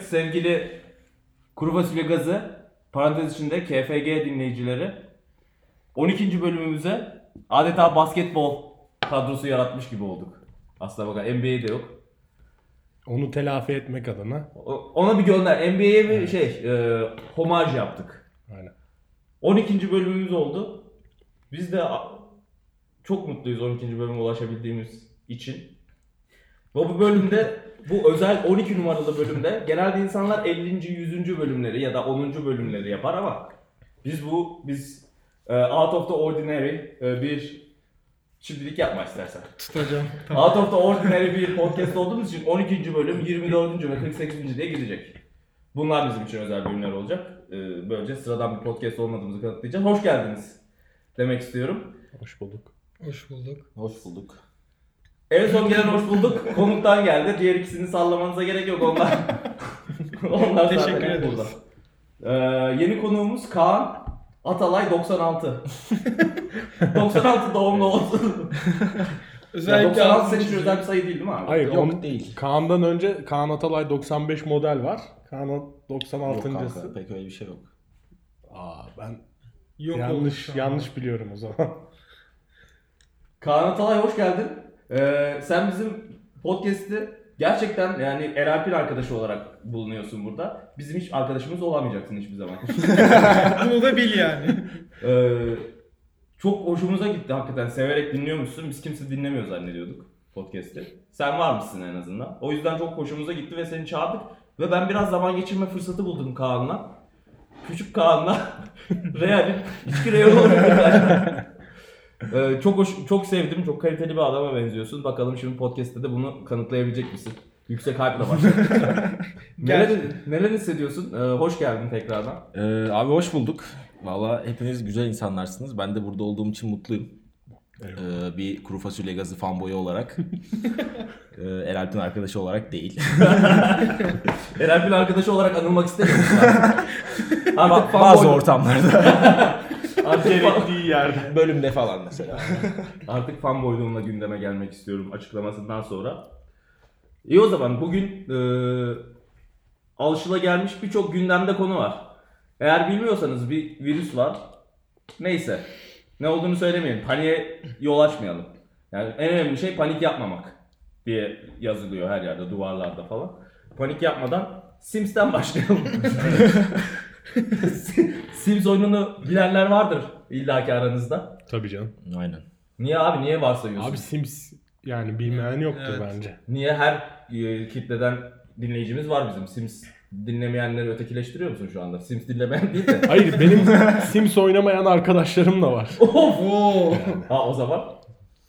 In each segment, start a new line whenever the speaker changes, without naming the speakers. sevgili Kuru Fasulye Gazı parantez içinde KFG dinleyicileri 12. bölümümüze adeta basketbol kadrosu yaratmış gibi olduk. Aslına bakar NBA'de yok.
Onu telafi etmek adına.
O- Ona bir gönder. NBA'ye bir şey, e, homaj yaptık.
Aynen.
12. bölümümüz oldu. Biz de a- çok mutluyuz 12. bölüme ulaşabildiğimiz için. Ve bu bölümde bu özel 12 numaralı bölümde genelde insanlar 50. 100. bölümleri ya da 10. bölümleri yapar ama biz bu biz e, out of the ordinary e, bir şimdilik yapma istersen.
Tutacağım.
Out of the Ordinary bir podcast olduğumuz için 12. bölüm, 24. ve 48. diye gidecek. Bunlar bizim için özel bölümler olacak. Ee, Böylece sıradan bir podcast olmadığımızı kanıtlayacağız. Hoş geldiniz demek istiyorum.
Hoş bulduk.
Hoş bulduk.
Hoş bulduk.
En son gelen hoş bulduk. Konuktan geldi. Diğer ikisini sallamanıza gerek yok onlar. onlar zaten
Teşekkür
hep
ederiz.
burada. Ee, yeni konuğumuz Kaan Atalay 96. 96 doğumlu olsun. Ya
Özellikle
96 senin için
altını
özel bir sayı değil değil mi abi?
Hayır,
Yok,
on-
değil.
Kaan'dan önce Kaan Atalay 95 model var. Kaan At-
Yok
96.sı.
kanka pek öyle bir şey yok.
Aa ben
çiziyorum. Yok
yanlış
olmuş.
yanlış biliyorum o zaman.
Kaan Atalay hoş geldin. Ee, sen bizim podcast'i gerçekten yani Eralp'in arkadaşı olarak bulunuyorsun burada. Bizim hiç arkadaşımız olamayacaksın hiçbir zaman.
Bunu da bil yani.
Ee, çok hoşumuza gitti hakikaten. Severek dinliyormuşsun. Biz kimse dinlemiyor zannediyorduk podcast'i. Sen var mısın en azından. O yüzden çok hoşumuza gitti ve seni çağırdık. Ve ben biraz zaman geçirme fırsatı buldum Kaan'la. Küçük Kaan'la Real'in içki reyonu oldu arkadaşlar. Ee, çok hoş, çok sevdim. Çok kaliteli bir adama benziyorsun. Bakalım şimdi podcast'te de bunu kanıtlayabilecek misin? Yüksek hype'la başladık. neler, neler hissediyorsun? Ee, hoş geldin tekrardan.
Ee, abi hoş bulduk. Valla hepiniz güzel insanlarsınız. Ben de burada olduğum için mutluyum. Ee, bir kuru fasulye gazı fanboyu olarak. ee, Eralp'in arkadaşı olarak değil.
Eren bir arkadaşı olarak anılmak istemiyorum. Artık
Bazı
fanboy.
ortamlarda.
Artık, fan,
yerde.
Bölümde falan mesela.
artık fanboyluğumla gündeme gelmek istiyorum açıklamasından sonra. İyi o zaman bugün e, alışılagelmiş birçok gündemde konu var. Eğer bilmiyorsanız bir virüs var. Neyse. Ne olduğunu söylemeyin. Paniğe yol açmayalım. Yani en önemli şey panik yapmamak diye yazılıyor her yerde duvarlarda falan. Panik yapmadan Sims'ten başlayalım. Sims oyununu bilenler vardır illaki aranızda.
Tabii canım.
Aynen.
Niye abi niye varsayıyorsun?
Abi Sims yani bilmeyen yoktur
Evet.
bence.
Niye her e, kitleden dinleyicimiz var bizim? Sims dinlemeyenleri ötekileştiriyor musun şu anda? Sims dinlemeyen değil de.
Hayır benim Sims oynamayan arkadaşlarım da var.
Of!
Oo.
ha o zaman.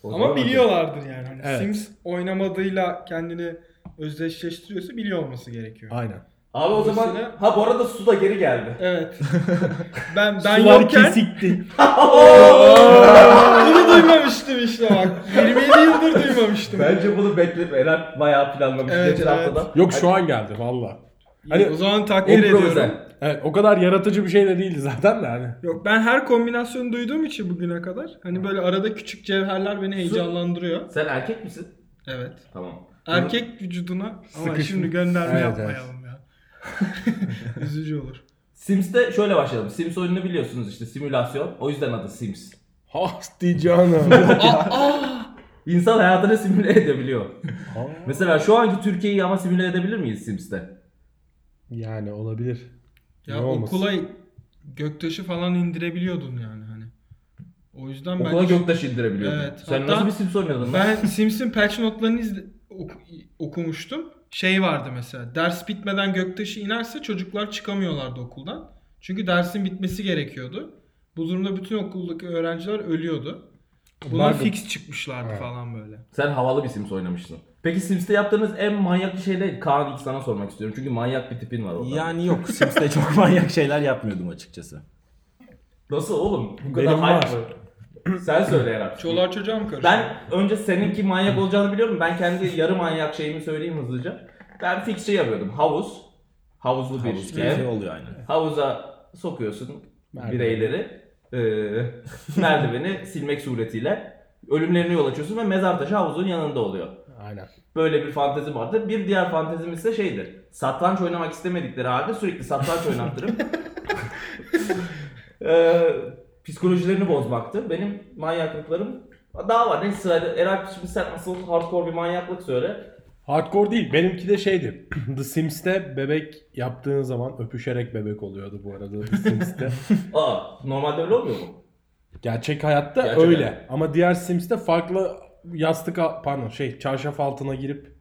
o zaman
Ama biliyorlardır yani. Hani
Evet.
Sims oynamadığıyla kendini özdeşleştiriyorsa biliyor olması gerekiyor.
Aynen.
Abi o zaman
Dolayısıyla-
ha bu arada su da geri geldi.
Evet. ben ben
Sular
yokken
kesikti.
bunu duymamıştım işte bak. 27 yıldır duymamıştım.
Bence bunu bekleyip Eren bayağı planlamış
Evet,
geçen
evet.
haftada.
Yok şu an geldi valla. Hani-
o zaman takdir ediyorum.
Improvize.
Evet, o kadar yaratıcı bir şey de değildi zaten de hani.
Yok ben her kombinasyonu duyduğum için bugüne kadar hani böyle arada küçük cevherler beni heyecanlandırıyor.
Sen erkek misin?
Evet.
Tamam.
Erkek vücuduna ama
Sıkışmış.
şimdi gönderme
Evet,
yapmayalım ya. Üzücü olur.
Sims'te şöyle başlayalım. Sims oyununu biliyorsunuz işte simülasyon. O yüzden adı Sims.
Hasti canım.
İnsan hayatını simüle edebiliyor. Mesela şu anki Türkiye'yi ama simüle edebilir miyiz Sims'te?
yani olabilir.
Ya
Ne olmasın?
okula göktaşı falan indirebiliyordun yani hani. O yüzden
Okula
ben
göktaş indirebiliyordun.
Evet,
Sen
hatta-
nasıl bir Sims oynuyordun lan?
ben Sims'in patch notlarını izle- ok- okumuştum. Şey vardı mesela. Ders bitmeden göktaşı inerse çocuklar çıkamıyorlardı okuldan. Çünkü dersin bitmesi gerekiyordu. Bu durumda bütün okuldaki öğrenciler ölüyordu. Buna
Vardı.
fix çıkmışlardı
Evet.
falan böyle.
Sen havalı bir Sims oynamışsın. Peki Sims'te yaptığınız en manyak şey ne? Kaan ilk sana sormak istiyorum. Çünkü manyak bir tipin var orada.
Yani yok. Sims'te çok manyak şeyler yapmıyordum açıkçası.
Nasıl oğlum? Bu kadar
Benim
hype mı? Sen söyle Eren.
Çoluğa çocuğa mı karıştı?
Ben önce seninki manyak olacağını biliyorum. Ben kendi yarı manyak şeyimi söyleyeyim hızlıca. Ben fix şey yapıyordum. Havuz. Havuzlu bir
Havuz
ev.
keyfi oluyor aynen.
Havuza sokuyorsun
Merdiveni.
bireyleri. Ee, eee, merdiveni silmek suretiyle ölümlerine yol açıyorsun ve mezar taşı havuzun yanında oluyor.
Aynen.
Böyle bir fantezi vardı. Bir diğer fantezim ise şeydi. Satranç oynamak istemedikleri halde sürekli satranç oynattırıp eee, psikolojilerini bozmaktı. Benim manyaklıklarım daha var. Neyse sırayla Eray şimdi sen asıl hardcore bir manyaklık söyle.
Hardcore değil. Benimki de şeydi. The Sims'te bebek yaptığın zaman öpüşerek bebek oluyordu bu arada The Sims'te.
Aa normalde öyle olmuyor mu?
Gerçek hayatta
Gerçek
öyle.
hayat.
Ama diğer Sims'te farklı yastık al- pardon şey çarşaf altına girip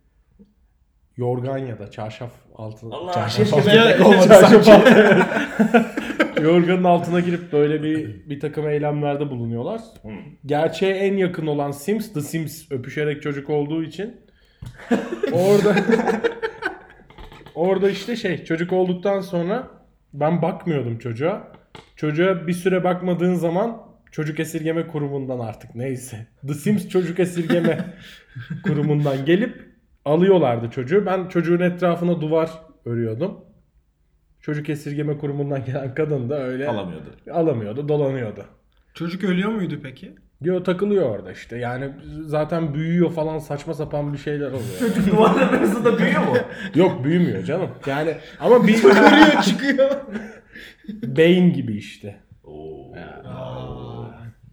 yorgan ya da çarşaf altına
Allah
çarşaf
keşke
altına
ben de
Olmadı,
çarşaf
çarşaf altına- yorganın altına girip böyle bir bir takım eylemlerde bulunuyorlar. Gerçeğe en yakın olan Sims The Sims öpüşerek çocuk olduğu için orada orada işte şey çocuk olduktan sonra ben bakmıyordum çocuğa. Çocuğa bir süre bakmadığın zaman çocuk esirgeme kurumundan artık neyse. The Sims çocuk esirgeme kurumundan gelip alıyorlardı çocuğu. Ben çocuğun etrafına duvar örüyordum. Çocuk esirgeme kurumundan gelen kadın da öyle
Alamıyordu.
alamıyordu, dolanıyordu.
Çocuk ölüyor muydu peki?
Diyor takılıyor orada işte. Yani zaten büyüyor falan saçma sapan bir şeyler oluyor.
Çocuk duvarların arasında büyüyor mu?
Yok büyümüyor canım. Yani ama bir
Ölüyor çıkıyor.
beyin gibi işte.
Oo.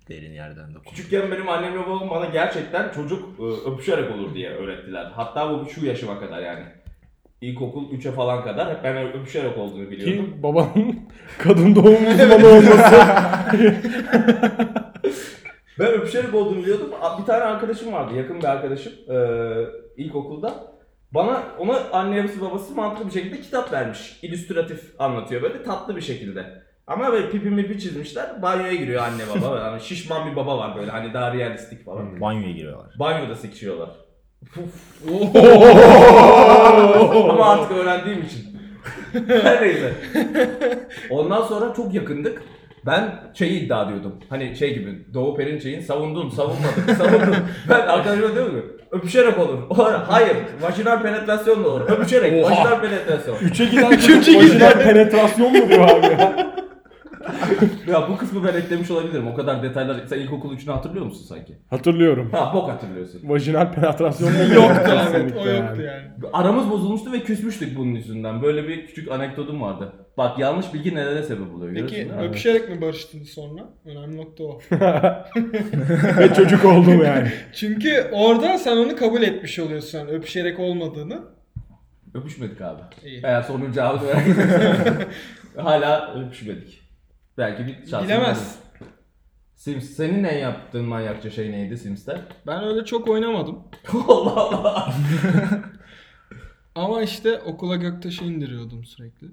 Derin yerden dokun.
Küçükken benim annem ve babam bana gerçekten çocuk e, öpüşerek olur diye öğrettiler. Hatta bu şu yaşıma kadar yani. İlkokul 3'e falan kadar hep ben öpüşerek olduğunu biliyordum.
Ki babanın kadın doğum uzmanı olması.
Ben öpüşerek olduğunu biliyordum. A- Bir tane arkadaşım vardı, yakın bir arkadaşım e, ilkokulda. Bana ona annesi babası mantıklı bir şekilde kitap vermiş. İllüstratif anlatıyor böyle tatlı bir şekilde. Ama böyle pipi mipi çizmişler. Banyoya giriyor anne baba. Yani şişman bir baba var böyle hani daha realistik falan.
Banyoya giriyorlar.
Banyoda sıkışıyorlar. Puf.
Oo!
Ama artık öğrendiğim için. Her neyse. Ondan sonra çok yakındık. Ben şeyi iddia ediyordum. Hani şey gibi Doğu Perinçek'in savundun, savunmadın, savundun. ben arkadaşıma diyorum ki öpüşerek olur. O ara hayır, vajinal penetrasyon da olur. Öpüşerek,
Oha.
vajinal penetrasyon.
Üçe giden
Üçe
çocuk
giden.
vajinal penetrasyon mu diyor abi ya?
ya bu kısmı ben eklemiş olabilirim. O kadar detaylar. Sen ilkokul 3'ünü hatırlıyor musun sanki?
Hatırlıyorum.
Ha bok hatırlıyorsun.
Vajinal penetrasyon mu diyor?
yoktu evet o
Kesinlikle
yoktu
yani.
yani.
Aramız bozulmuştu ve küsmüştük bunun yüzünden. Böyle bir küçük anekdotum vardı. Bak yanlış bilgi nelere sebep oluyor.
Peki
görüyorsun değil mi?
öpüşerek mi barıştınız sonra? Önemli nokta o.
Ve çocuk oldum yani.
Çünkü orada sen onu kabul etmiş oluyorsun hani öpüşerek olmadığını.
Öpüşmedik abi.
İyi.
Eğer sorunun cevabı merak Hala öpüşmedik. Belki bir şansım
Bilemez.
olur. Sims, senin en yaptığın manyakça şey neydi Sims'te?
Ben öyle çok oynamadım.
Allah Allah.
Ama işte okula göktaşı indiriyordum sürekli.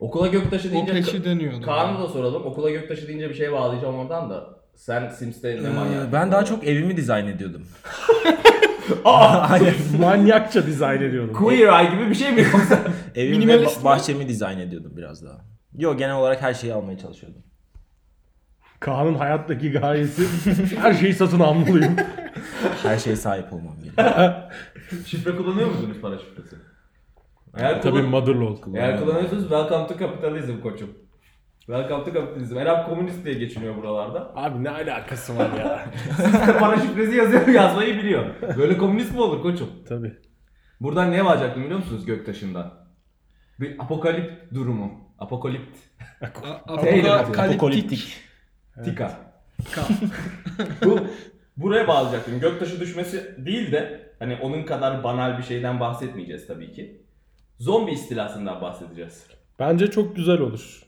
Okula göktaşı
O
deyince...
peşi dönüyordum.
Kaan'ı da soralım. Okula göktaşı deyince bir şey bağlayacağım oradan da. Sen Sims'te ne manyak?
Ee, ben daha çok evimi dizayn ediyordum. Aynen.
Manyakça dizayn ediyorum.
Queer Eye gibi bir şey mi yoksa?
Evimi ve
Minimalist
ba-
mi?
bahçemi dizayn ediyordum biraz daha. Yo genel olarak her şeyi almaya çalışıyordum.
Kaan'ın hayattaki gayesi her şeyi satın almalıyım.
Her şeye sahip olmam gerekiyor.
Şifre kullanıyor musunuz para şifresi?
Tabii
kullan-
motherlord
Eğer
kullanıyorum.
kullanıyorsanız welcome to capitalism koçum. Welcome to capitalism. Erap komünist diye geçiniyor buralarda.
Abi ne alakası var ya?
Para şifresi yazıyor, yazmayı biliyor. Böyle komünist mi olur koçum?
Tabii.
Buradan neye varacaktım biliyor musunuz Göktaş'ından? Bir apokalip durumu. Apokalipt.
A-
Eyle
Apokaliptik.
Apokaliptik.
Tika.
Ka-
Bu, buraya bağlayacaktım. Göktaş'ı düşmesi değil de hani onun kadar banal bir şeyden bahsetmeyeceğiz tabii ki. Zombi istilasından bahsedeceğiz.
Bence çok güzel olur.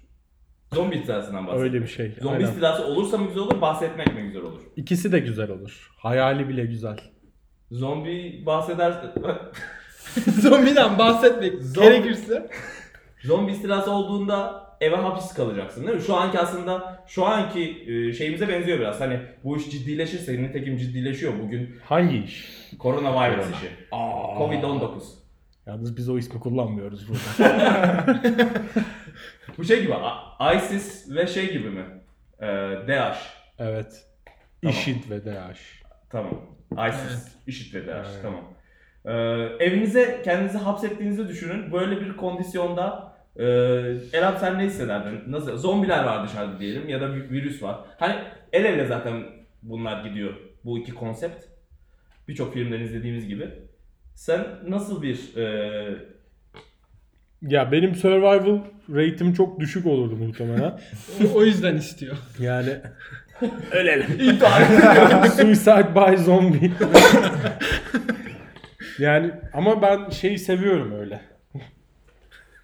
Zombi istilasından bahsedeceğiz.
Öyle bir şey.
Zombi
Aynen.
istilası olursa mı güzel olur, bahsetmek mi güzel olur?
İkisi de güzel olur. Hayali bile güzel.
Zombi bahsederse...
Zombiden bahsetmek
Zombi.
gerekirse.
Zombi istilası olduğunda eve hapis kalacaksın değil mi? Şu anki aslında şu anki e, şeyimize benziyor biraz. Hani bu iş ciddileşirse nitekim ciddileşiyor bugün
Hangi iş?
koronavirüs işi. Covid-19.
Yalnız biz o ismi kullanmıyoruz burada.
Bu şey gibi A- ISIS ve şey gibi mi? Ee, DAEŞ.
evet.
Tamam.
IŞİD ve DAEŞ.
Tamam. ISIS,
Evet.
IŞİD ve DAEŞ.
Evet.
Tamam. Ee, evinize kendinizi hapsettiğinizi düşünün. Böyle bir kondisyonda e, Erhan sen ne hissederdin? Nasıl? Zombiler var dışarıda diyelim ya da bir virüs var. Hani el ele zaten bunlar gidiyor. Bu iki konsept. Birçok filmden izlediğimiz gibi. Sen nasıl bir e,
Ya benim survival rate'im çok düşük olurdu muhtemelen.
O, o yüzden istiyor.
Yani
Ölelim.
Suicide by Zombie. yani ama ben şeyi seviyorum öyle.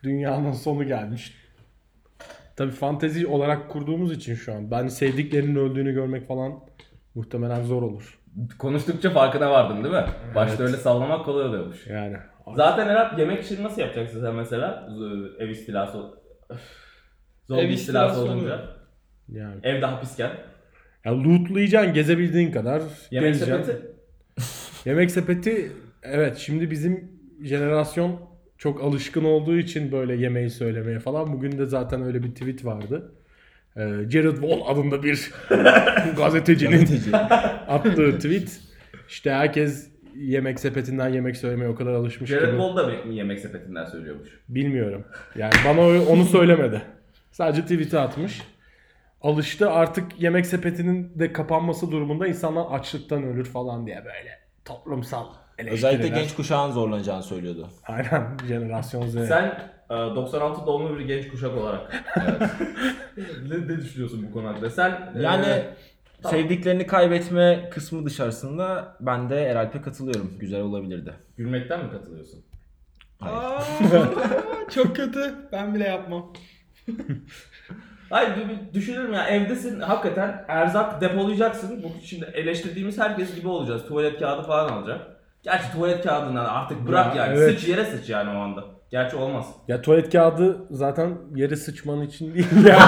Dünyanın sonu gelmiş. Tabii fantezi olarak kurduğumuz için şu an. Ben sevdiklerinin öldüğünü görmek falan muhtemelen zor olur.
konuştukça farkına vardın değil mi? Başta
Evet.
öyle sallamak kolay oluyormuş.
Yani.
Zaten Erap yemek işini nasıl yapacaksın sen mesela? Z- Ev istilası ol- Zombi
Ev
istilası,
istilası
olunca.
oluyor.
Yani.
Evde hapisken.
Ya lootlayacaksın gezebildiğin kadar.
Yemek
gezeceksin.
sepeti.
Yemek sepeti evet şimdi bizim jenerasyon çok alışkın olduğu için böyle yemeği söylemeye falan. Bugün de zaten öyle bir tweet vardı. Ee, Jared Wall adında bir gazetecinin attığı tweet. İşte herkes yemek sepetinden yemek söylemeye o kadar alışmış ki.
Jared
bu-
Wall da bir yemek sepetinden söylüyormuş.
Bilmiyorum. Yani bana o- onu söylemedi. Sadece tweet'i atmış. Alıştı artık yemek sepetinin de kapanması durumunda insanlar açlıktan ölür falan diye böyle toplumsal eleştiriler.
Özellikle genç kuşağın zorlanacağını söylüyordu.
Aynen jenerasyon Z.
Sen e, 96 doğumlu bir genç kuşak olarak. ne, ne düşünüyorsun bu konu hakkında? Sen
Ee,
Yani
e, tamam.
sevdiklerini kaybetme kısmı dışarısında ben de Eralp'e katılıyorum. Güzel olabilirdi.
gülmekten mi katılıyorsun?
Hayır.
Aa, çok kötü. Ben bile yapmam.
Hayır bir, bir düşünürüm ya evdesin hakikaten erzak depolayacaksın. Bu şimdi eleştirdiğimiz herkes gibi olacağız. Tuvalet kağıdı falan alacak. Gerçi tuvalet kağıdından artık bırak
Ya,
yani.
evet.
Sıç yere sıç yani o anda. Gerçi olmaz.
Ya tuvalet kağıdı zaten yere sıçman için değil ya.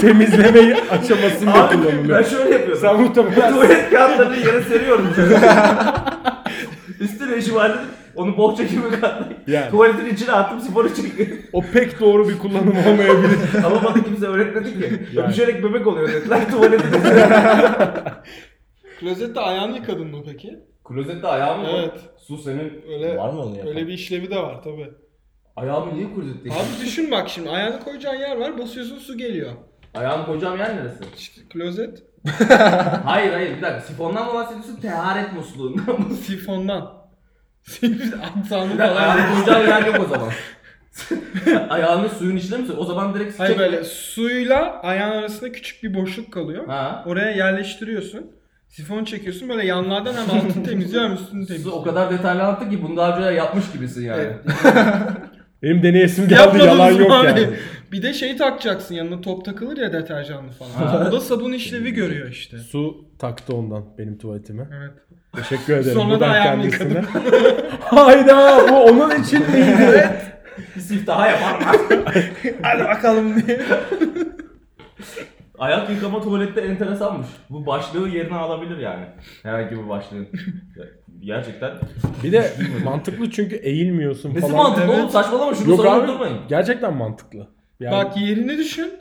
Temizlemeyi aşamasında
Abi ben
kullanılıyor.
şöyle yapıyordum.
Sen muhtemelen
Tuvalet kağıtlarını yere seriyorum. Üstüne işi vardı. Onu bohça gibi katlayıp
Yani.
tuvaletin içine attım sporu çektim.
o pek doğru bir kullanım olmayabilir.
Ama bana kimse öğretmedi ki.
Yani.
Öpüşerek bebek oluyor dediler tuvaletin içine.
Klozette ayağını yıkadın mı peki?
Klozette ayağım mı?
Evet.
Su senin.
Öyle
Var mı onu yapan?
öyle bir işlevi de var tabi.
Ayağımı niye klozette
Abi düşün bak şimdi ayağını koyacağın yer var basıyorsun su geliyor.
Ayağımı koyacağım yer neresi?
İşte klozet
hayır hayır bir dakika. Sifondan mı bahsediyorsun? Teharet musluğundan mı?
sifondan. Sifon antanı
Bir
falan.
dakika, Ayağını koyacağım yer yok o zaman. Ayağını suyun içine mi? O zaman direkt
Hayır
sıçacak.
böyle suyla ayağın arasında küçük bir boşluk kalıyor.
Ha.
Oraya yerleştiriyorsun. Sifon çekiyorsun böyle yanlardan hem altını temizliyor hem üstünü
Siz
temizliyor.
o kadar detaylı anlattı ki bunu daha önce yapmış gibisin yani.
Evet.
Benim deneyesim geldi
Yapmadınız
yalan
mı
yok
abi?
yani.
Bir de şey takacaksın yanına top takılır ya deterjanlı falan.
Ha.
o da sabun işlevi görüyor işte.
Su taktı ondan benim tuvaletime.
Evet.
Teşekkür ederim.
Sonra da
Buradan
ayağımı
kendisine. Hayda bu onun için miydi?
Bir sif daha yapar mı?
Hadi bakalım diye.
Ayak yıkama tuvalette enteresanmış. Bu başlığı yerine alabilir yani. Herhangi bir başlığın. Gerçekten.
bir de mantıklı çünkü eğilmiyorsun
Nesi
falan.
mantıklı
evet.
oğlum saçmalama şunu
Yok abi
savundurmayın.
gerçekten mantıklı. Yani
Bak yerini düşün.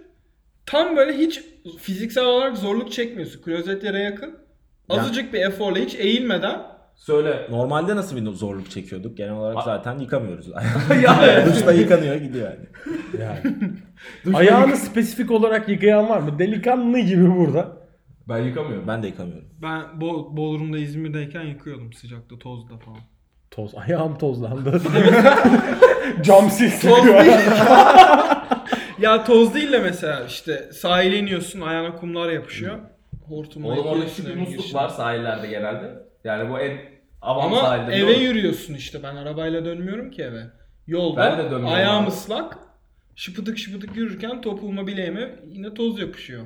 Tam böyle hiç fiziksel olarak zorluk çekmiyorsun. Klozet yere yakın. Azıcık bir eforla hiç eğilmeden.
Söyle.
Normalde nasıl bir zorluk çekiyorduk? Genel olarak zaten yıkamıyoruz.
ya,
Duşta yıkanıyor gidiyor yani.
yani. Ayağını spesifik olarak yıkayan var mı? Delikanlı gibi burada.
ben yıkamıyorum.
Ben de yıkamıyorum.
Ben Bo- Bodrum'da İzmir'deyken yıkıyordum sıcakta tozda falan.
Toz. Ayağım tozlandı. Cam
Toz
silsiliyor.
değil. ya toz değil de mesela işte sahile iniyorsun ayağına kumlar yapışıyor. Hortum
Oğlum orada küçük bir
yapıyorsun evin
musluk
girişine.
var sahillerde genelde. Yani bu en avant
Ama
sahilde.
eve
biliyor musun?
yürüyorsun işte ben arabayla dönmüyorum ki eve. Yolda
Ben de dönmüyorum
ayağım
abi.
ıslak şıpıdık şıpıdık yürürken topuğuma bileğime yine toz yapışıyor.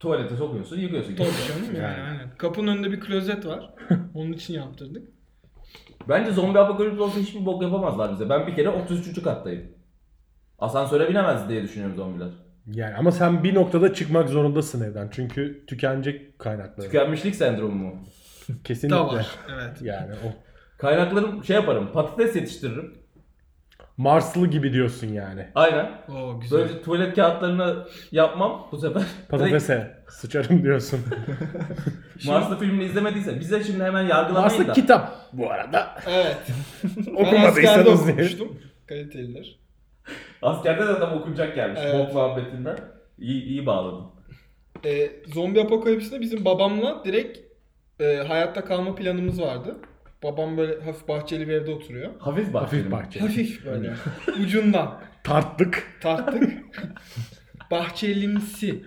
Tuvalete sokuyorsun, yıkıyorsun.
Toz canım yani,
Yani.
aynen. Kapının önünde bir klozet var. Onun için yaptırdık.
Bence zombi apokalips olsa hiçbir bok yapamazlar bize. Ben bir kere 33. kattayım. Asansöre binemez diye düşünüyorum zombiler.
yani ama sen bir noktada çıkmak zorundasın evden. Çünkü tükenecek kaynakları.
Tükenmişlik sendromu mu?
Kesinlikle.
Da var. Evet.
Yani o
Kaynaklarım şey yaparım, patates yetiştiririm.
Marslı gibi diyorsun yani.
Aynen.
Oo güzel.
Böylece tuvalet kağıtlarını yapmam bu sefer. Direkt
Patatese sıçarım diyorsun.
Marslı filmini izlemediyse bize şimdi hemen yargılamayın
Marslı
da.
kitap bu arada.
Evet. ben askerde
Okumadıysanız diye.
okumuştum. Kaliteliler.
Askerde de tam okunacak gelmiş.
Evet.
Bok muhabbetinden. İyi, iyi bağladım.
Ee, zombi apokalipsinde bizim babamla direkt e, hayatta kalma planımız vardı. Babam böyle hafif bahçeli bir evde oturuyor.
Hafif bahçeli.
Hafif
mi?
bahçe.
Hafif böyle. ucundan
Tarttık.
tarttık. Bahçelimsi.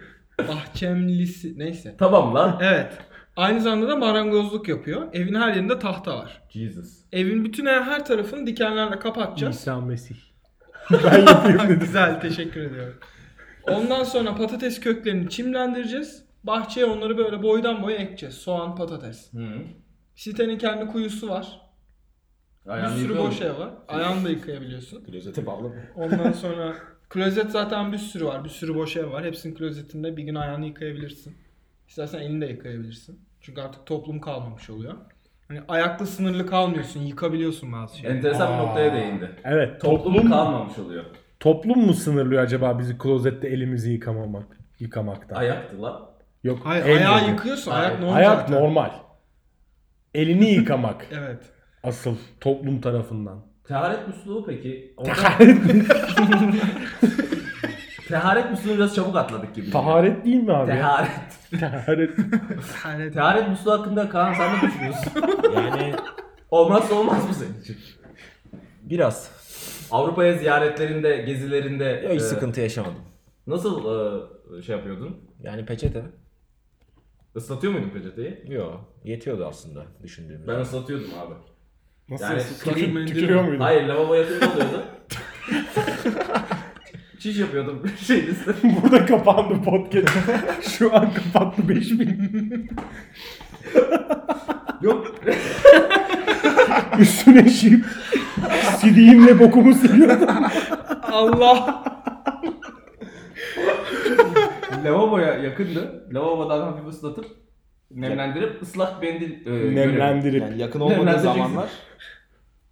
Bahçemlisi. Neyse.
Tamam lan.
Evet. Aynı zamanda da marangozluk yapıyor. Evin her yerinde tahta var.
Jesus.
Evin bütün her, her tarafını dikenlerle kapatacağız.
İsa Mesih. ben yapayım dedim.
Güzel teşekkür ediyorum. Ondan sonra patates köklerini çimlendireceğiz. Bahçeye onları böyle boydan boya ekeceğiz. Soğan, patates.
Hı.
Sitenin kendi kuyusu var.
Ayağını
bir sürü
yıkıyor
boş
musun?
ev var. Ayağını da yıkayabiliyorsun.
Klozete bağlı mı?
Ondan sonra klozet zaten bir sürü var. Bir sürü boş ev var. Hepsinin klozetinde bir gün ayağını yıkayabilirsin. İstersen elini de yıkayabilirsin. Çünkü artık toplum kalmamış oluyor. Hani ayaklı sınırlı kalmıyorsun. Yıkabiliyorsun bazı şeyleri.
Enteresan bir
Aa.
noktaya değindi.
Evet
Toplum,
toplum,
kalmamış oluyor.
toplum mu sınırlıyor acaba bizi klozette elimizi yıkamamak yıkamaktan?
Ayaktı lan.
Yok.
Hayır
el
ayağı
dedi.
yıkıyorsun.
Hayır.
Ayak normal.
Ayak
zaten.
normal. Elini yıkamak
Evet.
asıl toplum tarafından.
Teharet musluğu peki? Orada- Teharet musluğunu biraz çabuk atladık gibi.
Taharet değil mi abi? ya?
Teharet.
Taharet.
Lanet.
Teharet musluğu hakkında Kaan sen ne düşünüyorsun?
Yani
Olmazsa olmaz mı senin için?
biraz.
Avrupa'ya ziyaretlerinde, gezilerinde
Ya
Ee,
hiç
e,
sıkıntı yaşamadım.
nasıl e, şey yapıyordun?
Yani peçete.
Islatıyor muydun peçeteyi?
Yok. Yetiyordu aslında düşündüğümde.
Ben ıslatıyordum abi.
Nasıl
Yani
ıslak-
tükür-
tükürüyor,
tükürüyor
muydun?
Hayır lavabo yakın oluyordu. Çiş yapıyordum şey liste.
Burada kapandı podcast. Şu an kapattı 5000.
Yok.
Üstüne şip. Sidiğimle bokumu siliyordum.
Allah.
Lavaboya yakındı. Lavabodan hafif ıslatıp nemlendirip ıslak mendil
Ee,
e, görevi.
Nemlendirip.
Yani yakın
Nereden
olmadığı zamanlar
diyeceksin?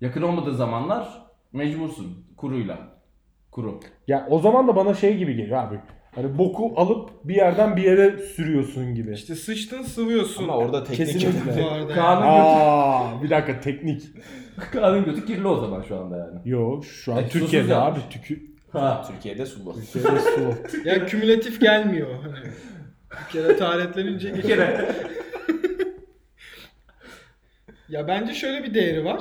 Yakın olmadığı zamanlar mecbursun kuruyla. Kuru.
Ya o zaman da bana şey gibi geliyor abi. Hani boku alıp bir yerden bir yere sürüyorsun gibi.
İşte sıçtın sıvıyorsun.
ama orada teknik
Kesinlikle.
Bu arada
Kaan-
Aa, bir dakika teknik.
Kaan'ın götü kirli o zaman şu anda yani.
Yo şu an
Tek susuz
Türkiye'de abi
yapmış.
tükü.
Ha.
Türkiye'de sulu.
Türkiye'de su.
yani kümülatif gelmiyor. Hani bir kere taharetlenince
Bir kere.
Ya bence şöyle bir değeri var.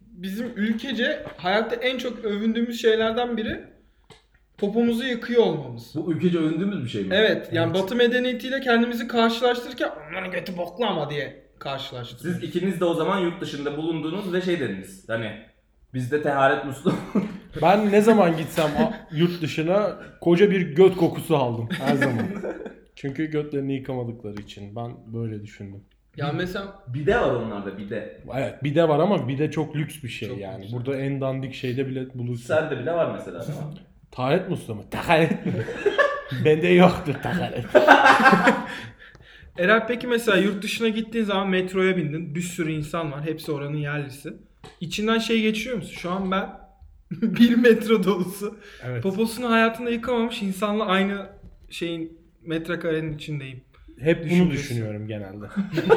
Bizim ülkece hayatta en çok övündüğümüz şeylerden biri popomuzu yıkıyor olmamız.
Bu ülkece övündüğümüz bir şey mi?
Evet yani batı medeniyetiyle kendimizi karşılaştırırken onların götü boklu ama diye karşılaştırıyoruz.
Siz ikiniz de o zaman yurt dışında bulundunuz ve şey dediniz. Hani bizde teharet musluğu.
Ben ne zaman gitsem a- yurt dışına koca bir göt kokusu aldım her zaman. Çünkü götlerini yıkamadıkları için ben böyle düşündüm.
Yani mesela
bide var onlarda bide.
Evet bir de var ama bir de çok lüks bir şey
Çok
yani.
lüks.
Burada en dandik şeyde bile bulursun. Sen...
Sende bile var mesela. değil mi?
Taharet musluğu mu? Taharet mi? Bende yoktur taharet.
Erel peki mesela yurt dışına gittiğin zaman metroya bindin. Bir sürü insan var. Hepsi oranın yerlisi. İçinden şey geçiyor musun? Şu an ben bir metro dolusu
Evet.
poposunu hayatında yıkamamış insanla aynı şeyin metrekarenin içindeyim.
Hep bunu
Düşüncesi.
düşünüyorum genelde.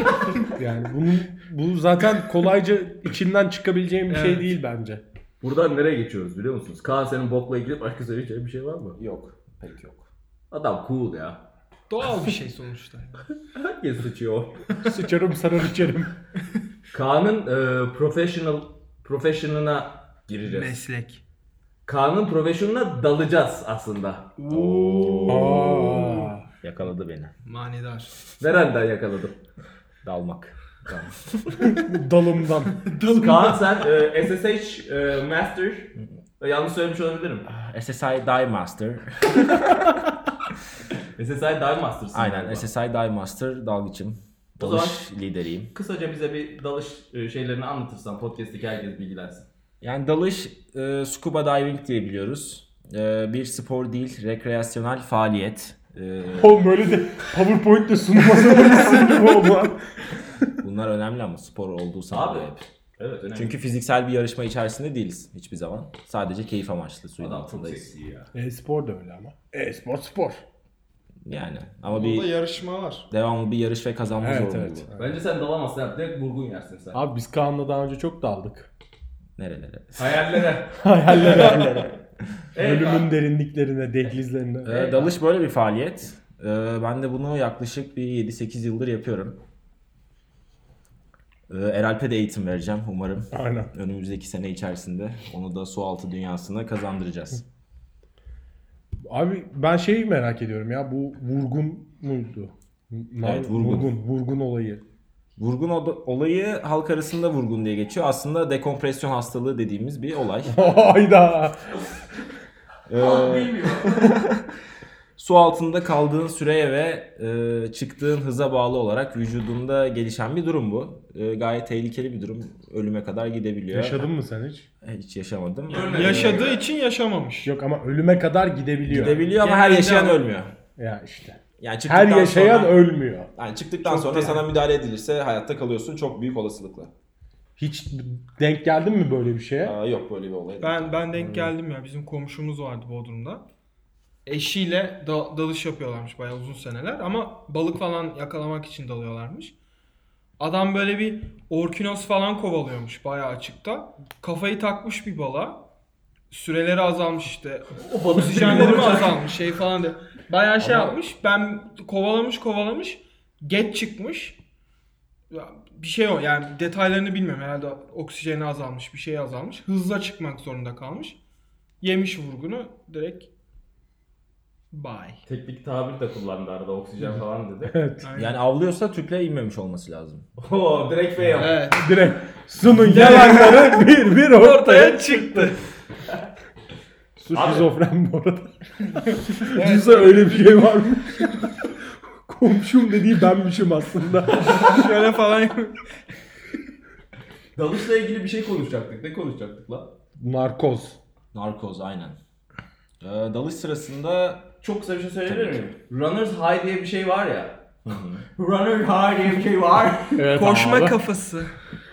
yani bunun bu zaten kolayca içinden çıkabileceğim bir şey
Evet.
değil bence.
Buradan nereye geçiyoruz biliyor musunuz? Kaan senin bokla ilgili başka söyleyeceğin bir şey var mı?
Yok. Pek yok.
Adam cool ya.
Doğal bir şey sonuçta.
Herkes sıçıyor.
Sıçarım sarar içerim.
Kaan'ın e, professional professional'ına gireceğiz.
Meslek.
Kaan'ın professional'ına dalacağız aslında.
Aa.
Yakaladı beni.
Manidar.
Nereden yakaladım?
Dalmak. Dalmak.
Dalımdan.
Kaan sen e, SSH e, Master E, yanlış söylemiş olabilirim.
SSI Dive Master.
SSI Dive Master'sın.
Aynen
galiba.
SSI Dive Master dalgıçım.
O
Dalış lideriyim.
Kısaca bize bir dalış e, şeylerini anlatırsan podcast'teki herkes bilgilensin.
Yani dalış e, scuba diving diye biliyoruz. E, bir spor değil, rekreasyonel faaliyet. E,
Oğlum böyle de PowerPoint'le sunum hazırlamışsın gibi oldu lan.
bunlar önemli ama spor olduğu
Abi.
sanılıyor hep.
Evet önemli.
Çünkü fiziksel bir yarışma içerisinde değiliz hiçbir zaman. Sadece keyif amaçlı suyun
adam çok
altındayız.
seksi ya.
E-spor da öyle ama. E-spor spor.
Yani ama
Burada
bir
yarışma var.
devamlı bir yarış ve kazanma
Evet
zorunluluğu.
evet.
Bence sen dalamazsın abi. Direkt vurgun yersin sen.
Abi biz Kaan'la daha önce çok daldık.
Nerelere?
Hayallere.
Hayallere hayallere.
Evet,
Ölümün
abi.
derinliklerine, dehlizlerine.
Ee,
Evet.
dalış böyle bir faaliyet. Ee, ben de bunu yaklaşık bir 7-8 yıldır yapıyorum. Ee, Eralp'e de eğitim vereceğim umarım.
Aynen.
Önümüzdeki sene içerisinde onu da su altı dünyasına kazandıracağız.
Abi ben şeyi merak ediyorum ya bu vurgun muydu? Na-
Evet, vurgun.
vurgun. Vurgun olayı.
Vurgun oda- olayı halk arasında vurgun diye geçiyor. Aslında dekompresyon hastalığı dediğimiz bir olay.
Hayda.
Halk
Ee,
bilmiyor.
su altında kaldığın süreye ve e, çıktığın hıza bağlı olarak vücudunda gelişen bir durum bu. E, gayet tehlikeli bir durum. Ölüme kadar gidebiliyor.
Yaşadın mı sen hiç?
E, Hiç yaşamadım.
Ölmedim.
Yaşadığı için yaşamamış.
Yok ama ölüme kadar gidebiliyor.
Gidebiliyor ama her
Genelde
yaşayan
ama-
ölmüyor.
Ya işte.
Yani çıktıktan
Her yaşayan
sonra,
ölmüyor.
yani çıktıktan
Çok
sonra
değil.
sana müdahale edilirse hayatta kalıyorsun çok büyük olasılıkla.
Hiç denk geldin mi böyle bir şeye?
Aa, yok böyle bir olay.
Ben ben denk geldim ya bizim komşumuz vardı Bodrum'da. Eşiyle da- dalış yapıyorlarmış bayağı uzun seneler ama balık falan yakalamak için dalıyorlarmış. Adam böyle bir orkinos falan kovalıyormuş bayağı açıkta. Kafayı takmış bir bala. Süreleri azalmış işte.
O balık
Oksijenleri mi
bilmiyor.
azalmış şey falan diye. Bayağı şey
Ama-
yapmış. Ben kovalamış kovalamış. Geç çıkmış. Ya Bir şey o yani detaylarını bilmiyorum herhalde oksijeni azalmış bir şey azalmış. Hızla çıkmak zorunda kalmış. Yemiş vurgunu direkt bye.
Teknik tabir de kullandı arada oksijen falan dedi.
Evet.
Aynen.
Yani avlıyorsa tüple inmemiş olması lazım.
Oo direkt fail.
evet.
Direkt sunun yalanları bir bir ortaya.
Ortaya çıktı.
Su
Abi.
şizofren bu arada. Düşünsene öyle bir şey var mı? Komşum dediği benmişim aslında.
Şöyle falan.
Dalışla ilgili bir şey konuşacaktık. Ne konuşacaktık lan?
Narkoz.
Narkoz aynen. Ee, dalış sırasında
Çok kısa bir şey söyleyebilir miyim? Runner's High diye bir şey var ya. Runner's High diye bir şey var.
Evet
Koşma
abi.
kafası.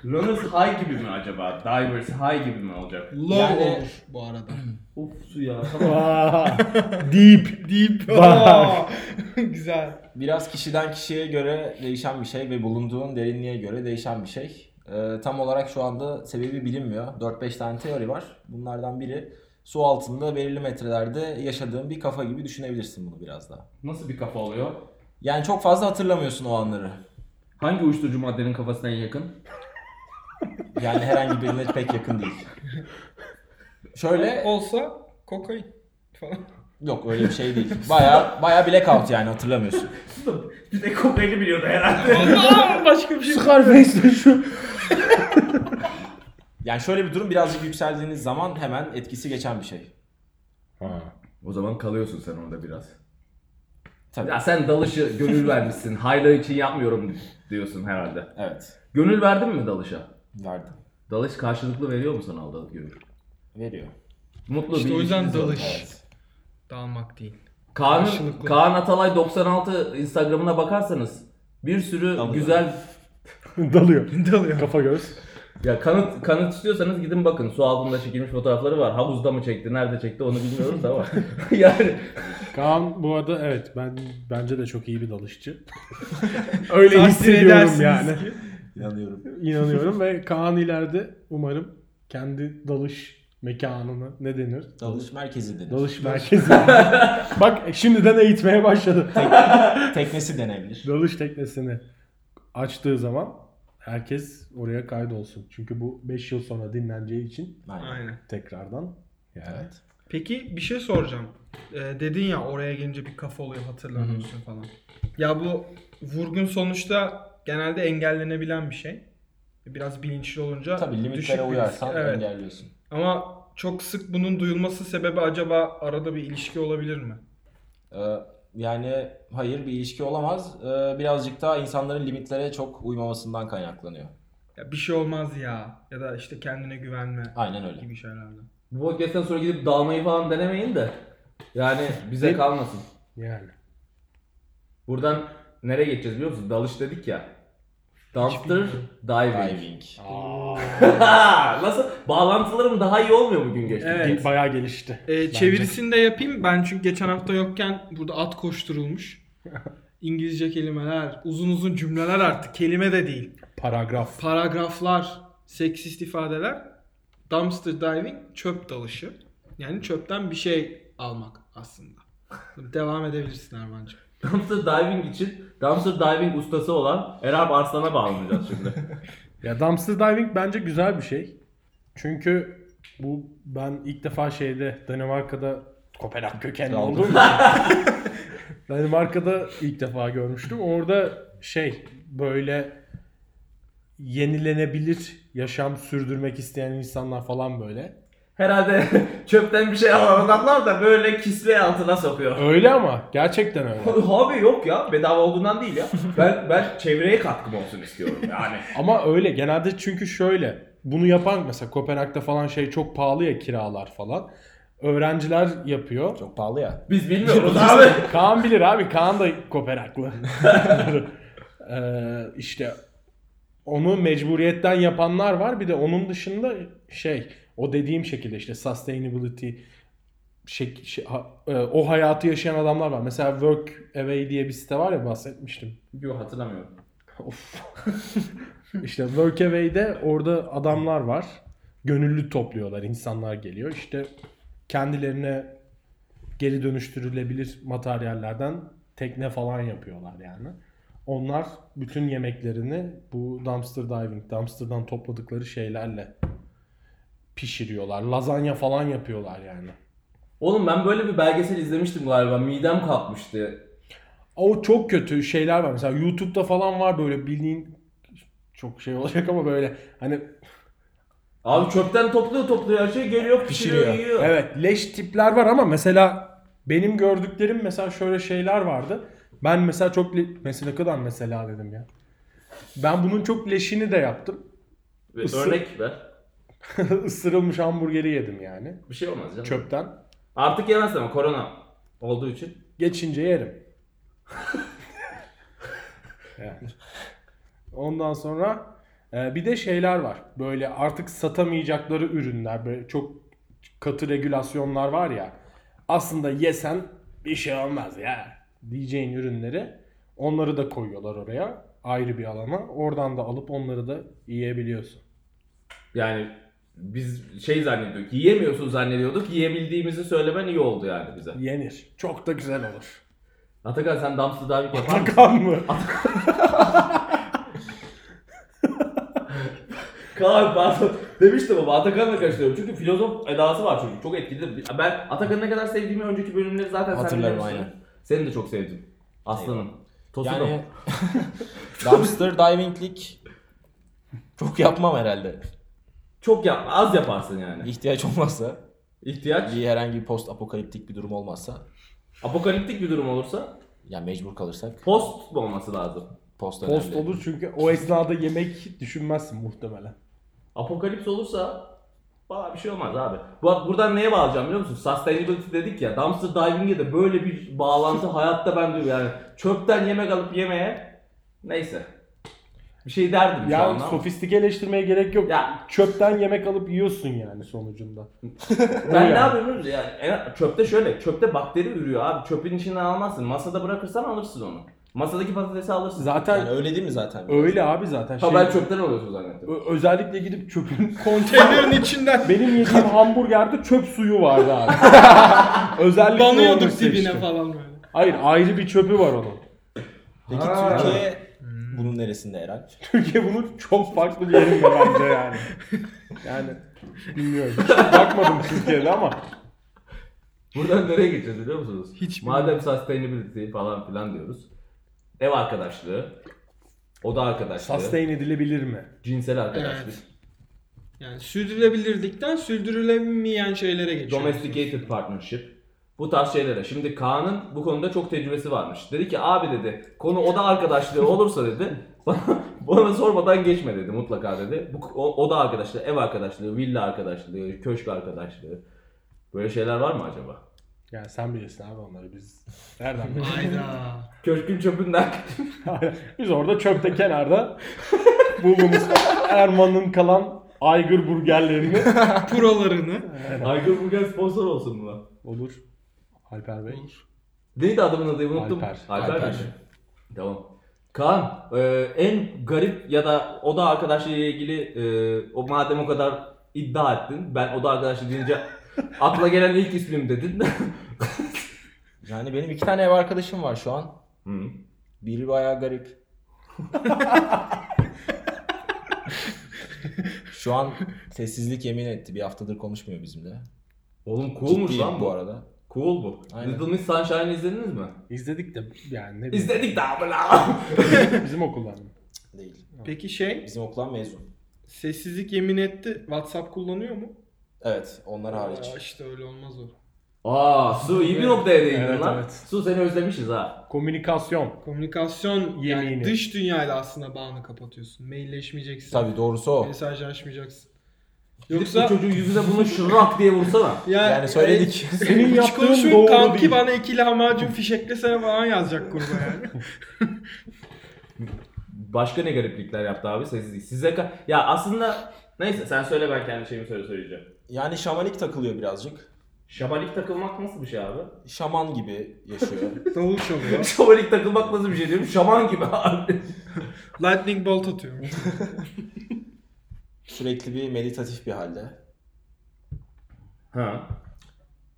Runner's High gibi mi acaba? Diver's High gibi mi olacak?
Low
Yani-
olur bu arada.
Of su ya.
Vaa, Deep.
Deep.
Bak.
Güzel.
biraz kişiden kişiye göre değişen bir şey ve bulunduğun derinliğe göre değişen bir şey. Ee, tam olarak şu anda sebebi bilinmiyor. 4-5 tane teori var. Bunlardan biri su altında belirli metrelerde yaşadığın bir kafa gibi düşünebilirsin bunu biraz daha.
Nasıl bir kafa oluyor?
Yani çok fazla hatırlamıyorsun o anları.
Hangi uyuşturucu maddenin kafasına en yakın?
Yani herhangi birine pek yakın değil. Şöyle
Olsa kokain falan.
yok öyle bir şey değil. Baya baya blackout yani hatırlamıyorsun.
bir de kokaini biliyordu herhalde.
Aa, başka bir şey.
Scarface'de şu.
Yani şöyle bir durum birazcık yükseldiğiniz zaman hemen etkisi geçen bir şey.
O zaman kalıyorsun sen orada biraz.
Tabii.
Ya sen dalışı gönül vermişsin. Hayla için yapmıyorum diyorsun herhalde.
Evet.
Gönül verdin mi dalışa?
Verdim.
Dalış karşılıklı veriyor mu sana aldalık gönül?
Veriyor.
Mutlu
İşte
bir
o yüzden
ilişkiniz var.
dalış.
Evet.
Dalmak değil.
Kaan'ın,
Karşılıklı.
Kaan Atalay 96 Instagram'ına bakarsanız bir sürü
Dalıyor.
güzel
Dalıyor.
Dalıyor.
Kafa göz.
ya kanıt kanıt istiyorsanız gidin bakın su altında çekilmiş fotoğrafları var. Havuzda mı çekti, nerede çekti onu bilmiyoruz ama. yani
Kaan bu arada evet ben bence de çok iyi bir dalışçı. Öyle hissediyorum
edersiniz
yani.
ki.
İnanıyorum.
İnanıyorum ve Kaan ileride umarım kendi dalış mekanını ne denir?
Dalış merkezi denir.
Dalış merkezi. Bak şimdiden eğitmeye başladı.
Teknesi denebilir.
Dalış teknesini açtığı zaman herkes oraya kaydolsun. Çünkü bu 5 yıl sonra dinleneceği için
Aynen.
Aynen.
tekrardan yani
Evet.
Peki bir şey soracağım. Ee, dedin ya oraya gelince bir kafa oluyor hatırlamıyorsun falan. Ya bu vurgun sonuçta genelde engellenebilen bir şey. Biraz bilinçli olunca
Tabii
düşük
limitlere
bir risk.
uyarsan
Evet.
engelliyorsun.
Ama çok sık bunun duyulması sebebi acaba arada bir ilişki olabilir mi?
Ee, yani hayır bir ilişki olamaz. Ee, birazcık daha insanların limitlere çok uymamasından kaynaklanıyor.
Ya bir şey olmaz ya ya da işte kendine güvenme
Aynen öyle.
gibi şeylerle.
bu podcast'ten sonra gidip dalmayı falan denemeyin de. Yani bize
Değil-
kalmasın.
yani
Buradan nereye geçeceğiz biliyor musun? Dalış dedik ya. Dumpster diving.
Diving.
Nasıl? Bağlantılarım daha iyi olmuyor bugün geçti.
Evet.
bayağı gelişti.
Ee, çevirisini de yapayım. Ben çünkü geçen hafta yokken burada at koşturulmuş. İngilizce kelimeler, uzun uzun cümleler artık. Kelime de değil.
Paragraf.
Paragraflar, seksist ifadeler, dumpster diving, çöp dalışı. Yani çöpten bir şey almak aslında. Devam edebilirsin Erman'cığım.
Dumpster diving için dumpster diving ustası olan Erap Arslan'a bağlanacağız şimdi.
Ya dumpster diving bence güzel bir şey. Çünkü bu ben ilk defa şeyde Danimarka'da Kopenhag kökenli
Aldım.
olduğum için Danimarka'da ilk defa görmüştüm. Orada şey böyle yenilenebilir yaşam sürdürmek isteyen insanlar falan böyle.
Herhalde çöpten bir şey alan adamlar da böyle kisve altına sokuyor.
Öyle ama gerçekten öyle.
Abi yok ya bedava olduğundan değil ya. Ben ben çevreye katkım olsun istiyorum yani.
Ama öyle genelde çünkü şöyle bunu yapan mesela Kopenhag'da falan şey çok pahalı ya kiralar falan. Öğrenciler yapıyor.
Çok pahalı ya.
Biz bilmiyoruz abi.
Kaan bilir abi. Kaan da Kopenhaglı. ee, işte onu mecburiyetten yapanlar var. Bir de onun dışında şey o dediğim şekilde işte sustainability şek- şey- ha- e, o hayatı yaşayan adamlar var. Mesela Work Away diye bir site var ya bahsetmiştim.
Yok hatırlamıyorum.
Of. işte Workaway'de orada adamlar var. Gönüllü topluyorlar. insanlar geliyor. İşte kendilerine geri dönüştürülebilir materyallerden tekne falan yapıyorlar yani. Onlar bütün yemeklerini bu dumpster diving, dumpster'dan topladıkları şeylerle pişiriyorlar. Lazanya falan yapıyorlar yani.
Oğlum ben böyle bir belgesel izlemiştim galiba. Midem kalkmıştı.
O çok kötü şeyler var. Mesela YouTube'da falan var böyle bildiğin çok şey olacak ama böyle hani
Abi çöpten topluyor topluyor her şey geliyor pişiriyor,
pişiriyor.
yiyor.
Evet leş tipler var ama mesela benim gördüklerim mesela şöyle şeyler vardı. Ben mesela çok le- mesela ne kadar mesela dedim ya. Ben bunun çok leşini de yaptım.
Ve
Isı-
Örnek ver.
Isırılmış hamburgeri yedim yani
Bir şey olmaz canım.
çöpten.
Artık yemezsin ama korona olduğu için.
Geçince yerim. yani. Ondan sonra e, bir de şeyler var. Böyle artık satamayacakları ürünler. Böyle çok katı regülasyonlar var ya. Aslında yesen bir şey olmaz ya diyeceğin ürünleri. Onları da koyuyorlar oraya. Ayrı bir alana. Oradan da alıp onları da yiyebiliyorsun.
Yani biz şey zannediyorduk. Yiyemiyorsun zannediyorduk. Yiyebildiğimizi söylemen iyi oldu yani bize.
Yenir. Çok da güzel olur.
Atakan sen dumpster diving yapar mısın?
Hakan mı?
Kaan pardon. Demiştim ama Atakan'la karıştırıyorum. Çünkü filozof edası var çocuk. Çok etkili. Ben Atakan'ı ne kadar sevdiğimi önceki bölümleri zaten
Hatırlarım,
sen bilirsin.
aynen.
Seni de çok sevdim. Aslanım. Tosunum.
Yani dumpster divinglik çok yapmam herhalde.
Çok yapma. Az yaparsın yani.
İhtiyaç olmazsa,
İhtiyaç.
bir herhangi bir post apokaliptik bir durum olmazsa,
Apokaliptik bir durum olursa
yani mecbur kalırsak
post mu olması lazım?
post önemli.
Post olur çünkü o esnada yemek düşünmezsin muhtemelen.
Apokalips olursa Valla bir şey olmaz abi. Bak buradan neye bağlayacağım biliyor musun? Sustainability dedik ya. Dumpster diving'e de böyle bir bağlantı hayatta ben duyuyorum. Yani çöpten yemek alıp yemeye neyse. Bir şey derdim şu
Ya
anda ama.
sofistikeleştirmeye gerek yok.
Ya.
Çöpten yemek alıp yiyorsun yani sonucunda.
Ben
Yani.
ne yapayım biliyor musun? yani en- çöpte şöyle çöpte bakteri ürüyor abi çöpün içinden almazsın masada bırakırsan alırsın onu masadaki patatesi alırsın
Zaten
Yani öyle değil mi zaten?
öyle abi zaten.
ha
Şey-
ben çöpten alıyorsun zannettim
Ö- özellikle gidip çöpün konteyner
Konteynerin içinden
benim yediğim hamburgerde çöp suyu vardı abi. özellikle onu
banıyorduk
seçtim.
dibine falan böyle.
Hayır ayrı bir çöpü var onun.
Peki
Ha.
Türkiye bunun neresinde Eren?
Türkiye bunu çok farklı bir yerinde bence yani. Yani bilmiyorum. Hiç bakmadım Türkiye'de ama
buradan nereye geçeceğiz biliyor musunuz
Hiç
madem sustainability falan filan diyoruz ev arkadaşlığı oda arkadaşlığı
sustain edilebilir mi?
cinsel arkadaşlık
Yani sürdürülebilirlikten sürdürülemeyen şeylere geçiyoruz.
domesticated partnership bu tarz şeylere. Şimdi Kaan'ın bu konuda çok tecrübesi varmış. Dedi ki abi dedi konu oda arkadaşlığı olursa dedi bana, bana sormadan geçme dedi mutlaka dedi. Bu o- oda arkadaşlığı, ev arkadaşlığı, villa arkadaşlığı, köşk arkadaşlığı. Böyle şeyler var mı acaba?
Yani sen bilirsin abi onları biz nereden biliriz?
Hayda.
Köşkün çöpünden.
Biz orada çöpte kenarda bulduğumuz Erman'ın kalan aygır burgerlerini
Puralarını.
Aygır Burger sponsor olsun buna.
olur. Alper Bey.
Neydi adamın adını unuttum.
Alper.
Alper.
Alper.
mi? Tamam. Kaan, e, en garip ya da oda arkadaşlığıyla ilgili e, o madem o kadar iddia ettin. Ben oda arkadaşı deyince akla gelen ilk ismim dedin.
Yani benim iki tane ev arkadaşım var şu an.
Hı.
Biri bayağı garip. Şu an sessizlik yemin etti. Bir haftadır konuşmuyor bizimle.
Oğlum coolmuş
Ciddiyim
lan
bu
bu.
arada.
Cool bu.
Aynen.
Little Miss Sunshine'ı izlediniz mi?
İzledik de yani ne bileyim.
İzledik daha mı lan?
Bizim okuldan. mı?
Değil.
Peki şey
Bizim okuldan mezun.
sessizlik yemin etti. WhatsApp kullanıyor mu?
Evet onlar hariç.
Aa, işte öyle olmaz o.
Aa Su iyi bir noktaya değindin
Evet,
lan.
evet.
Su seni özlemişiz ha.
Komünikasyon.
Komünikasyon
Yemini.
yani dış dünyayla aslında bağını kapatıyorsun. Mailleşmeyeceksin.
Tabii doğrusu o.
Mesajlaşmayacaksın.
Yoksa...
Yoksa
Bu çocuğun yüzüne bunu şırrak diye vursana.
yani,
Yani söyledik.
Senin
Hiç
yaptığın
konuşmayayım
doğru
kanki
değil.
bana ikili lahmacun fişeklesene falan yazacak kurba yani.
Başka ne gariplikler yaptı abi sessizlik. Size ka- ya aslında neyse sen söyle ben kendi şeyimi söyle söyleyeceğim.
Yani şamanik takılıyor birazcık.
Şabalik takılmak nasıl bir şey abi?
Şaman gibi yaşıyor.
Davul çalıyor.
Şabalik takılmak nasıl bir şey diyorum? Şaman gibi abi.
Lightning bolt atıyorum.
Sürekli bir meditatif bir halde.
ha.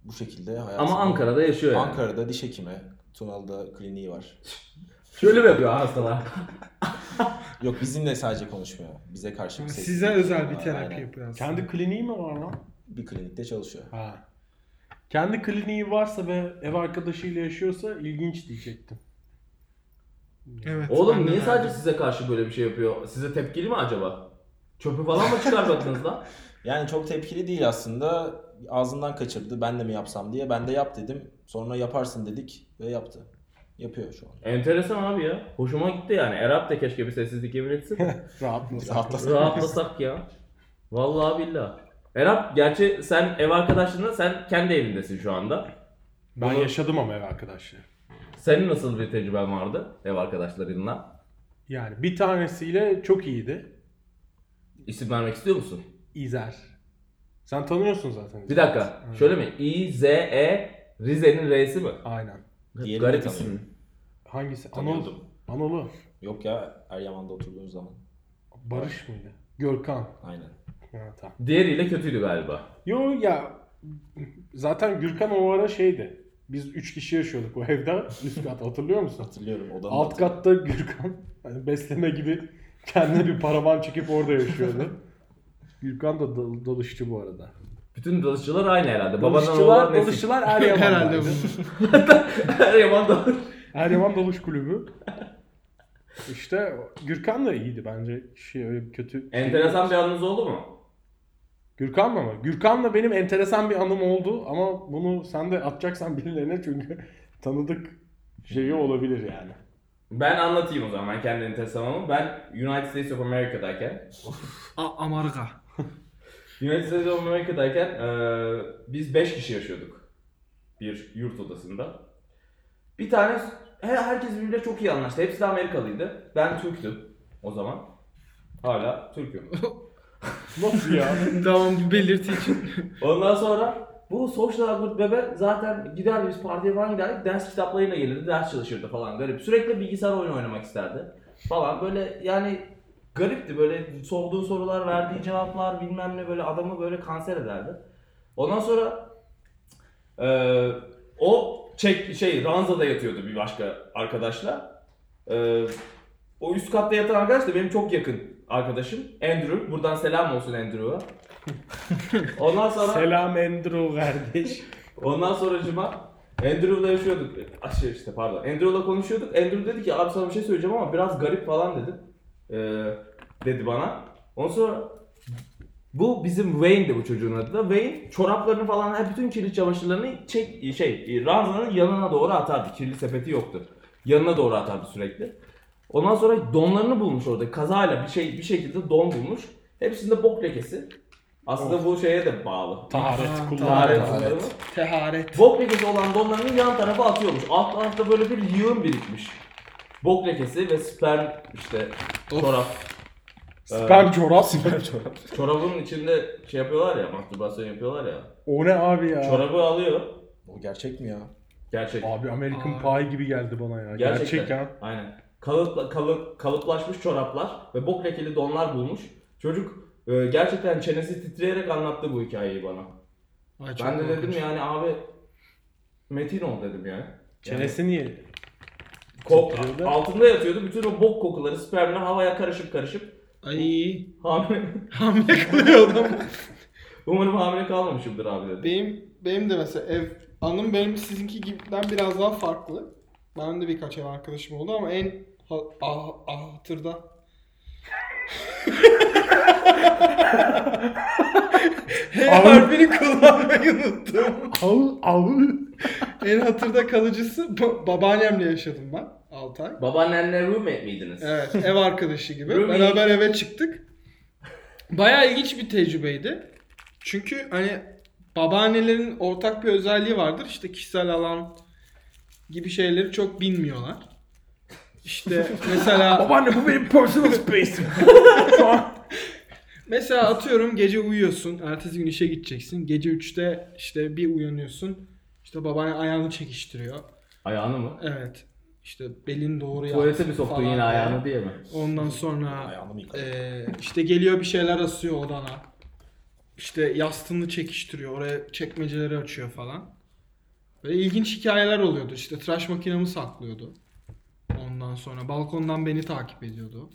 Bu şekilde hayatını...
Ama Ankara'da yaşıyor yani.
Ankara'da diş hekimi. Tunalı'da kliniği var.
Şöyle mi yapıyor hastalar?
Yok bizimle sadece konuşmuyor. Bize karşı bir sessizlik
Size özel bir
var,
terapi
aynen.
yapıyor aslında.
Kendi kliniği mi var lan?
Bir klinikte çalışıyor.
Ha. Kendi kliniği varsa ve ev arkadaşıyla yaşıyorsa ilginç diyecektim.
Evet, ben
Oğlum
de
niye
verdim.
sadece size karşı böyle bir şey yapıyor? Size tepkili mi acaba? Çöpü falan mı çıkarmadınız lan?
Yani çok tepkili değil aslında. Ağzından kaçırdı ben de mi yapsam diye. Ben de yap dedim. Sonra yaparsın dedik ve yaptı. Yapıyor şu an.
Enteresan abi ya. Hoşuma gitti yani. Erap da keşke bir sessizlik yemin etsin.
Rahat mı?
Rahatlasın.
Rahatlasak ya. Vallahi billah. Erap gerçi sen ev arkadaşlığında sen kendi evindesin şu anda.
Ben
Bunu-
yaşadım ama ev arkadaşları.
Senin nasıl bir tecrüben vardı ev arkadaşlarınla?
Yani bir tanesiyle çok iyiydi.
İsim vermek istiyor musun?
İzer. Sen tanıyorsun zaten.
Bir dakika.
Evet.
Şöyle mi? İ, Z, E, Rize'nin R'si mi?
Aynen.
Diğerini
Garip
de
isim.
Hangisi? Anıl.
Tanıyordum.
Anıl'ı.
Yok ya Eryaman'da oturduğumuz zaman.
Barış mıydı? Görkan.
Aynen.
Ha, tamam.
Diğeriyle kötüydü galiba.
Yo ya zaten Gürkan o ara şeydi. Biz 3 kişi yaşıyorduk o evde. Üst kat hatırlıyor musun?
Hatırlıyorum odanın
Alt katta Gürkan hani besleme gibi kendine bir paravan çekip orada yaşıyordu. Gürkan da dal- dalışçı bu arada.
Bütün dalışçılar aynı herhalde. Babadan
Dalışçılar,
olan nesil.
dalışçılar Eryaman'daydı.
Herhalde bu.
Eryaman dalış.
Eryaman Dalış Kulübü. İşte Gürkan da iyiydi bence. Şey öyle bir kötü.
Enteresan bir anınız oldu mu?
Gürkan'la mı? Gürkan'la benim enteresan bir anım oldu ama bunu sen de atacaksan birilerine çünkü tanıdık şeyi olabilir yani.
Ben anlatayım o zaman ben kendi enteresan anımı. Ben United States of America'dayken
A- Amarga.
United States of America'dayken eee, biz 5 kişi yaşıyorduk bir yurt odasında. Bir tane her, herkes birbiriyle çok iyi anlaştı. Hepsi de Amerikalıydı. Ben Türktüm o zaman. Hala Türk'üm.
Nasıl ya?
tamam bu belirti için.
Ondan sonra bu Social Awkward Bebe zaten giderdi biz partiye falan giderdik. Ders kitaplarıyla gelirdi, ders çalışırdı falan garip. Sürekli bilgisayar oyunu oynamak isterdi falan. Böyle yani garipti böyle sorduğu sorular, verdiği cevaplar bilmem ne böyle adamı böyle kanser ederdi. Ondan sonra eee, o çek, şey ranzada yatıyordu bir başka arkadaşla. Eee, o üst katta yatan arkadaş da benim çok yakın arkadaşım Andrew. Buradan selam olsun Andrew'a. Ondan sonra
Selam Andrew kardeş.
Ondan sonra cuma Andrew'la yaşıyorduk. Ah, şey işte pardon. Andrew'la konuşuyorduk. Andrew dedi ki abi sana bir şey söyleyeceğim ama biraz garip falan dedi. Ee, dedi bana. Ondan sonra bu bizim Wayne'di bu çocuğun adı da. Wayne çoraplarını falan her bütün kirli çamaşırlarını çek şey ranzanın yanına doğru atardı. Kirli sepeti yoktu. Yanına doğru atardı sürekli. Ondan sonra donlarını bulmuş orada. Kazayla bir şey bir şekilde don bulmuş. Hepsinde bok lekesi. Aslında bu şeye de bağlı.
Taharet Ee, kullan.
Tarih
taharet.
kullanımı.
Teharet.
Bok lekesi olan donlarının yan tarafa atıyormuş. Alt tarafta böyle bir yığın birikmiş. Bok lekesi ve sperm işte
Of.
çorap.
Ee, Sperm çorap.
Çorabın içinde şey yapıyorlar ya, mastürbasyon yapıyorlar ya.
O ne abi ya?
Çorabı alıyor.
O gerçek mi ya?
Gerçek.
Abi American Pie gibi geldi bana ya.
Gerçekten.
Gerçek ya.
Aynen. Kalıpla, kalıp, kalıplaşmış çoraplar ve bok lekeli donlar bulmuş. Çocuk e, gerçekten çenesi titreyerek anlattı bu hikayeyi bana.
Ay, çok
Ben de dedim
korkunç.
yani abi metin ol dedim yani. Yani-
Çenesi niye?
Kok,
Titriyordu.
altında yatıyordu. Bütün o bok kokuları, spermler havaya karışıp karışıp
Ay
Hamile.
hamile kalıyor adam.
Umarım hamile kalmamışımdır abi dedi.
Benim benim de mesela ev anım benim sizinki gibiden biraz daha farklı. Benim de birkaç ev arkadaşım oldu ama en ha, ah, ah, hatırda.
Hey
Abi-
harfini kullanmayı unuttum.
Av av.
en hatırda kalıcısı ba- babaannemle yaşadım ben 6 ay.
Babaannenle roommate miydiniz?
Evet ev arkadaşı gibi.
Roommate.
Beraber eve çıktık. Bayağı ilginç bir tecrübeydi. Çünkü hani babaannelerin ortak bir özelliği vardır. İşte kişisel alan gibi şeyleri çok bilmiyorlar. İşte mesela
Babaanne bu benim personal space'im. Şu an
mesela atıyorum gece uyuyorsun. Ertesi gün işe gideceksin. Gece 3'te işte bir uyanıyorsun. İşte babaanne ayağını çekiştiriyor.
Ayağını mı?
Evet. İşte belin doğru
Tuvalete
yansın
mi soktun
falan
yine
diye.
ayağını diye mi?
Ondan sonra
Ayağımı yıkadım.
Ee, işte geliyor bir şeyler asıyor odana. İşte yastığını çekiştiriyor. Oraya çekmeceleri açıyor falan. Böyle ilginç hikayeler oluyordu. İşte tıraş makinamı saklıyordu. Ondan sonra balkondan beni takip ediyordu.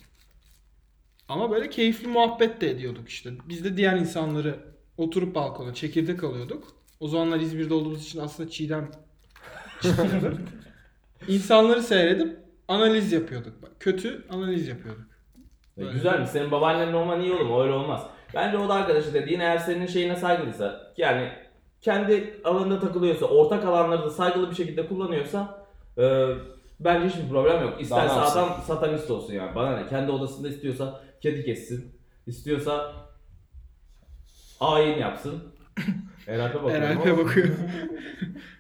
Ama böyle keyifli muhabbet de ediyorduk işte. Biz de diğer insanları oturup balkona çekirdek alıyorduk. O zamanlar İzmir'de olduğumuz için aslında çiğdem çiğdemdir. İnsanları seyredip analiz yapıyorduk. Bak, Kötü analiz yapıyorduk.
E,
Böyle.
Güzelmiş. Senin babaannen olman iyi olur mu? Öyle olmaz. Bence o da arkadaşı dediğin eğer senin şeyine saygılıysa yani kendi alanında takılıyorsa, ortak alanları da saygılı bir şekilde kullanıyorsa e, bence hiçbir problem yok. İsterse
Daha ne yapsın?
adam satanist olsun yani. Bana ne? Kendi odasında istiyorsa kedi kessin. istiyorsa ayin yapsın. Erap'e bakıyorum.
Eralp'e bakıyor.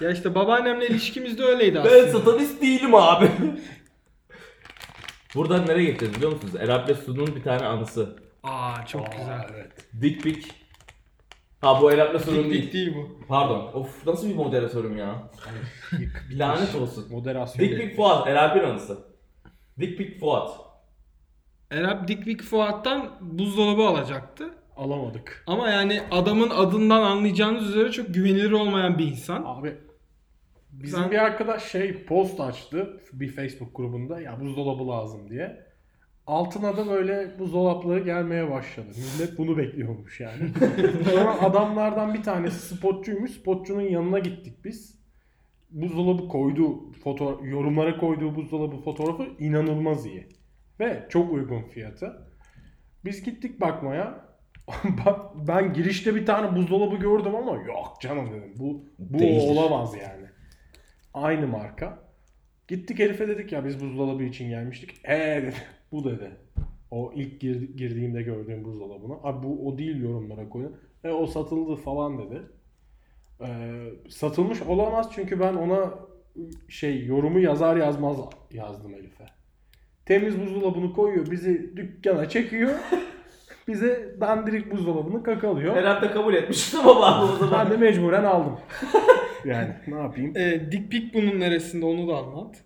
ya işte babaannemle ilişkimiz de öyleydi aslında.
Ben satanist değilim abi. Buradan nereye getirdim biliyor musunuz? Erap'le Sun'un bir tane anısı.
Aa çok güzel.
Dik pik. Ha bu Erap'le Sun'un
Dik
değil.
dik değil bu.
Pardon. Of nasıl bir moderatörüm ya.
yık-
Lanet olsun.
Moderasyon.
Dik Pik Fuat. Erap'in anısı. Dik Pik Fuat.
Erap Dikvik Fuat'tan buzdolabı alacaktı.
Alamadık.
Ama yani adamın adından anlayacağınız üzere çok güvenilir olmayan bir insan.
Abi bizim
Ben-
bir arkadaş şey post açtı bir Facebook grubunda ya buzdolabı lazım diye. Altına da böyle buzdolapları gelmeye başladı. Millet bunu bekliyormuş yani. Sonra adamlardan bir tanesi spotçuymuş. Spotçunun yanına gittik biz. Buzdolabı koyduğu foto yorumlara koyduğu buzdolabı fotoğrafı inanılmaz iyi. Ve çok uygun fiyatı. Biz gittik bakmaya. Bak, ben girişte bir tane buzdolabı gördüm ama yok canım dedim. Bu bu
Değildir.
olamaz yani. Aynı marka. Gittik herife dedik ya biz buzdolabı için gelmiştik. Eee dedi. Bu dedi. O ilk gir- girdiğimde gördüğüm buzdolabına. Abi bu o değil yorumlara koydum. E o satıldı falan dedi. Ee, satılmış olamaz çünkü ben ona şey yorumu yazar yazmaz yazdım Elif'e. Temiz buzdolabını koyuyor bizi dükkana çekiyor. bize dandirik buzdolabını kakalıyor.
Erap da kabul etmişti ama bağlı o zaman.
Ben de mecburen aldım. Yani ne yapayım?
Ee, Dikvik bunun neresinde onu da anlat.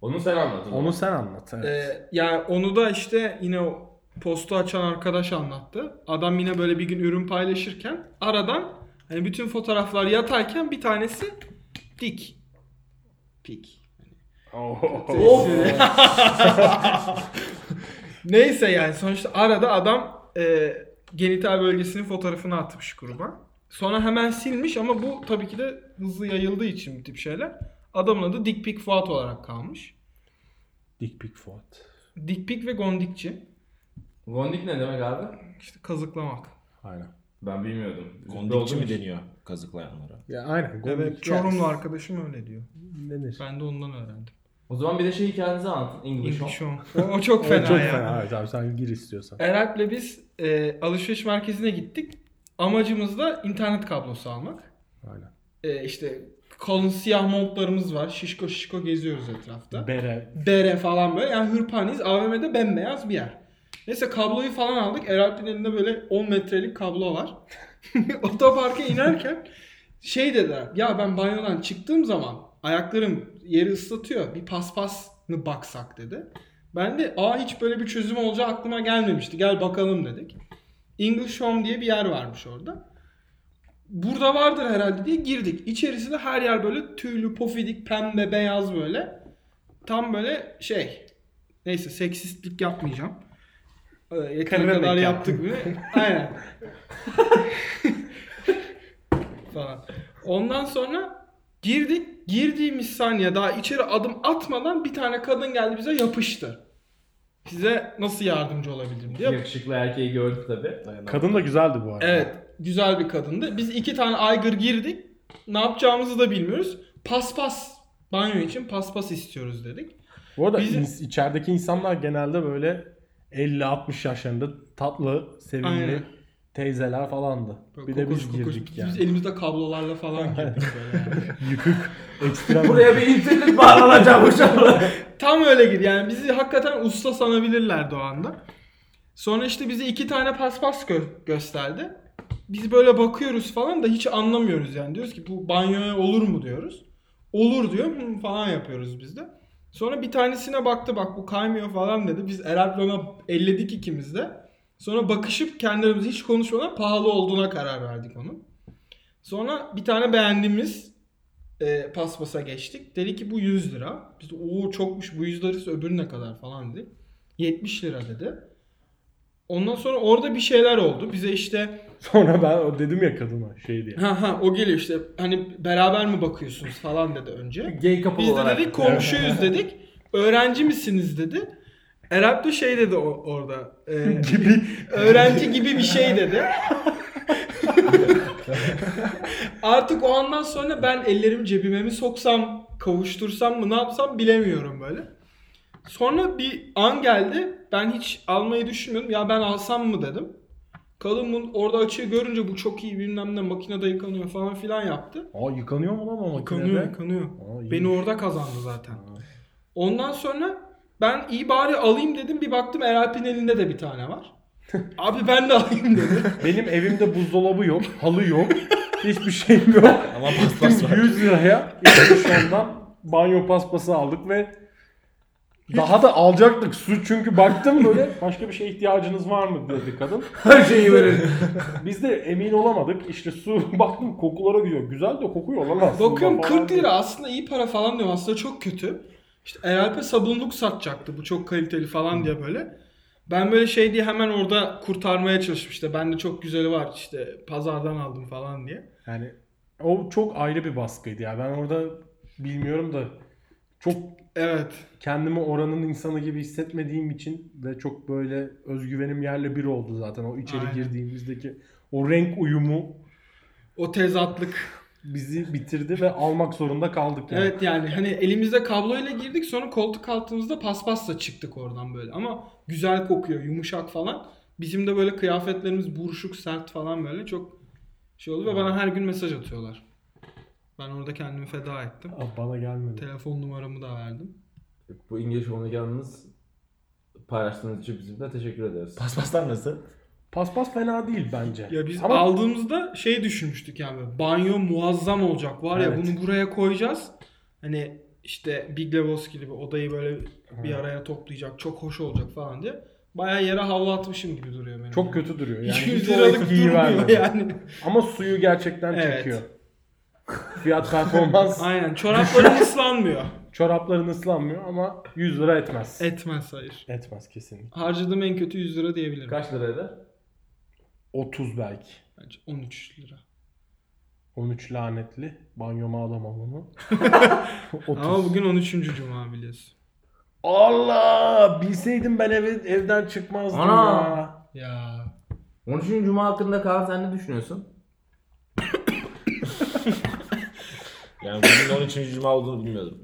Onu sen anlat. o zaman.
Onu sen anlat. evet.
Ee, yani onu da işte yine o postu açan arkadaş anlattı. Adam yine böyle bir gün ürün paylaşırken aradan hani bütün fotoğraflar yatayken bir tanesi dik. Pik.
Of.
Neyse yani sonuçta arada adam e, genital bölgesinin fotoğrafını atmış gruba. Sonra hemen silmiş ama bu tabii ki de hızlı yayıldığı için bu tip şeyler. Adamın adı Dik Pik Fuat olarak kalmış.
Dik pik Fuat.
Dik Pik ve Gondikçi.
Gondik ne demek abi?
İşte kazıklamak.
Aynen.
Ben bilmiyordum.
Gondikçi mi deniyor kazıklayanlara?
Ya aynen.
Evet, Çorumlu arkadaşım öyle diyor.
Denir.
Ben de ondan öğrendim.
O zaman bir de şey hikayenizi anlatın. English,
İlginç
English
o. O, o çok fena
çok
ya.
fena. Evet abi sen gir istiyorsan.
Eralp'le biz e, alışveriş merkezine gittik. Amacımız da internet kablosu almak.
Aynen.
E, işte kolun siyah montlarımız var. Şişko şişko geziyoruz etrafta.
Bere.
Bere falan böyle. Yani hırpaniyiz. AVM'de bembeyaz bir yer. Neyse kabloyu falan aldık. Eralp'in elinde böyle 10 metrelik kablo var. Otoparka inerken şey dedi. Ya ben banyodan çıktığım zaman ayaklarım yeri ıslatıyor. Bir paspasını baksak dedi. Ben de aa hiç böyle bir çözüm olacağı aklıma gelmemişti. Gel bakalım dedik. English Home diye bir yer varmış orada. Burada vardır herhalde diye girdik. İçerisinde her yer böyle tüylü, pofidik, pembe, beyaz böyle. Tam böyle şey Neyse seksistlik yapmayacağım. Ee, Yeteri
Kırıldık
kadar
ya.
yaptık mı? Aynen. Falan. Ondan sonra girdik. Girdiğimiz saniye daha içeri adım atmadan bir tane kadın geldi bize yapıştı. Size nasıl yardımcı olabilirim diye.
Yakışıklı erkeği gördük tabi.
Kadın da güzeldi bu arada.
Evet. Güzel bir kadındı. Biz iki tane aygır girdik. Ne yapacağımızı da bilmiyoruz. Paspas. Banyo için paspas istiyoruz dedik.
Bu arada
Bizim-
ins- içerideki insanlar genelde böyle 50-60 yaşlarında tatlı, sevimli
Aynen.
teyzeler falandı.
Böyle
bir de
kokoş
biz
kokoş.
girdik
Biz
yani.
elimizde kablolarla falan girdik böyle. yani.
Yıkık, ekstrem.
Buraya bir internet bağlanacağım hocam.
Tam öyle gibi yani bizi hakikaten usta sanabilirlerdi o anda. Sonra işte bize iki tane paspas gö- gösterdi. Biz böyle bakıyoruz falan da hiç anlamıyoruz yani. Diyoruz ki bu banyoya olur mu diyoruz. Olur diyor "Hı" falan yapıyoruz biz de. Sonra bir tanesine baktı bak bu kaymıyor falan dedi. Biz Erabron'a elledik ikimiz de. Sonra bakışıp kendilerimiz hiç konuşmadan pahalı olduğuna karar verdik onun. Sonra bir tane beğendiğimiz e, paspasa geçtik. Dedi ki bu 100 lira. Biz de o çokmuş bu 100 lirası öbürü ne kadar falan dedik. 70 lira dedi. Ondan sonra orada bir şeyler oldu. Bize işte
Sonra ben o dedim ya kadına şey diye.
ha ha o geliyor işte hani beraber mi bakıyorsunuz falan dedi önce.
Gay couple
Biz de
olarak.
dedik komşuyuz dedik. Öğrenci misiniz dedi. Erap da şey dedi o- orada. e,
Gibi.
öğrenci gibi bir şey dedi. Artık o andan sonra ben ellerimi cebime mi soksam, kavuştursam mı ne yapsam bilemiyorum böyle. Sonra bir an geldi. Ben hiç almayı düşünmüyordum. Ya ben alsam mı dedim. Kadın bunu orada açığı görünce bu çok iyi bilmem ne makinede yıkanıyor falan filan yaptı.
Aa yıkanıyor mu lan o makinede?
Yıkanıyor yıkanıyor.
Aa, iyi.
Beni orada kazandı zaten. Ondan sonra ben iyi bari alayım dedim. Bir baktım Eralp'in elinde de bir tane var. Abi ben de alayım dedim.
Benim evimde buzdolabı yok, halı yok, hiçbir şeyim yok.
Ama paspas
Gittim
var.
100 liraya İsveç'ten banyo paspası aldık ve daha da alacaktık su çünkü baktım böyle başka bir şeye ihtiyacınız var mı dedi kadın.
Her şeyi verin.
Biz de emin olamadık işte su baktım kokulara gidiyor. Güzel de kokuyor lan aslında.
Bakıyorum
falan
40 lira aslında iyi para falan diyorum. Aslında çok kötü. İşte Eralp'e sabunluk satacaktı. Bu çok kaliteli falan diye böyle. Ben böyle şey diye hemen orada kurtarmaya çalışmıştım. İşte bende çok güzeli var işte pazardan aldım falan diye.
Yani o çok ayrı bir baskıydı ya. Ben orada bilmiyorum da çok
Evet.
kendimi oranın insanı gibi hissetmediğim için ve çok böyle özgüvenim yerle bir oldu zaten o içeri
Aynen.
girdiğimizdeki o renk uyumu
O tezatlık.
bizi bitirdi ve almak zorunda kaldık yani.
Evet yani hani elimizde kabloyla girdik sonra koltuk altımızda paspasla çıktık oradan böyle. Ama güzel kokuyor yumuşak falan. Bizim de böyle kıyafetlerimiz buruşuk sert falan böyle çok şey oldu ve bana her gün mesaj atıyorlar. Ben orada kendimi feda ettim.
Aa, Bana gelmedi.
Telefon numaramı da verdim.
Bu İngiliz onu yalnız paylaştığınız için bizimle teşekkür ederiz.
Paspaslar nasıl?
Paspas fena değil bence.
Ya biz
Ama
aldığımızda şey düşünmüştük yani böyle, banyo muazzam olacak var ya
Evet.
bunu buraya koyacağız. Hani işte Big Lebowski gibi odayı böyle bir araya toplayacak çok hoş olacak falan diye. Bayağı yere havlu atmışım gibi duruyor benim.
Ee, çok kötü duruyor. Yani
200
hiç o
liralık
etkiyi
durmuyor
vermedi.
yani.
Ama suyu gerçekten
Evet.
çekiyor. Fiyat performans.
Aynen çorapların ıslanmıyor.
Çorapların ıslanmıyor ama 100 lira etmez.
Etmez hayır.
Etmez kesinlikle.
Harcadığım en kötü 100 lira diyebilirim.
Kaç lira eder?
30 belki.
Bence 13 lira.
13 lanetli. Banyoma alamam onu. 30.
Ama bugün 13. cuma biliyorsun.
Allah! Bilseydim ben eve, evden çıkmazdım
Ana!
ya.
Ya
13. Cuma hakkında Kaan sen ne düşünüyorsun?
Yani bugün 13. Cuma olduğunu bilmiyordum.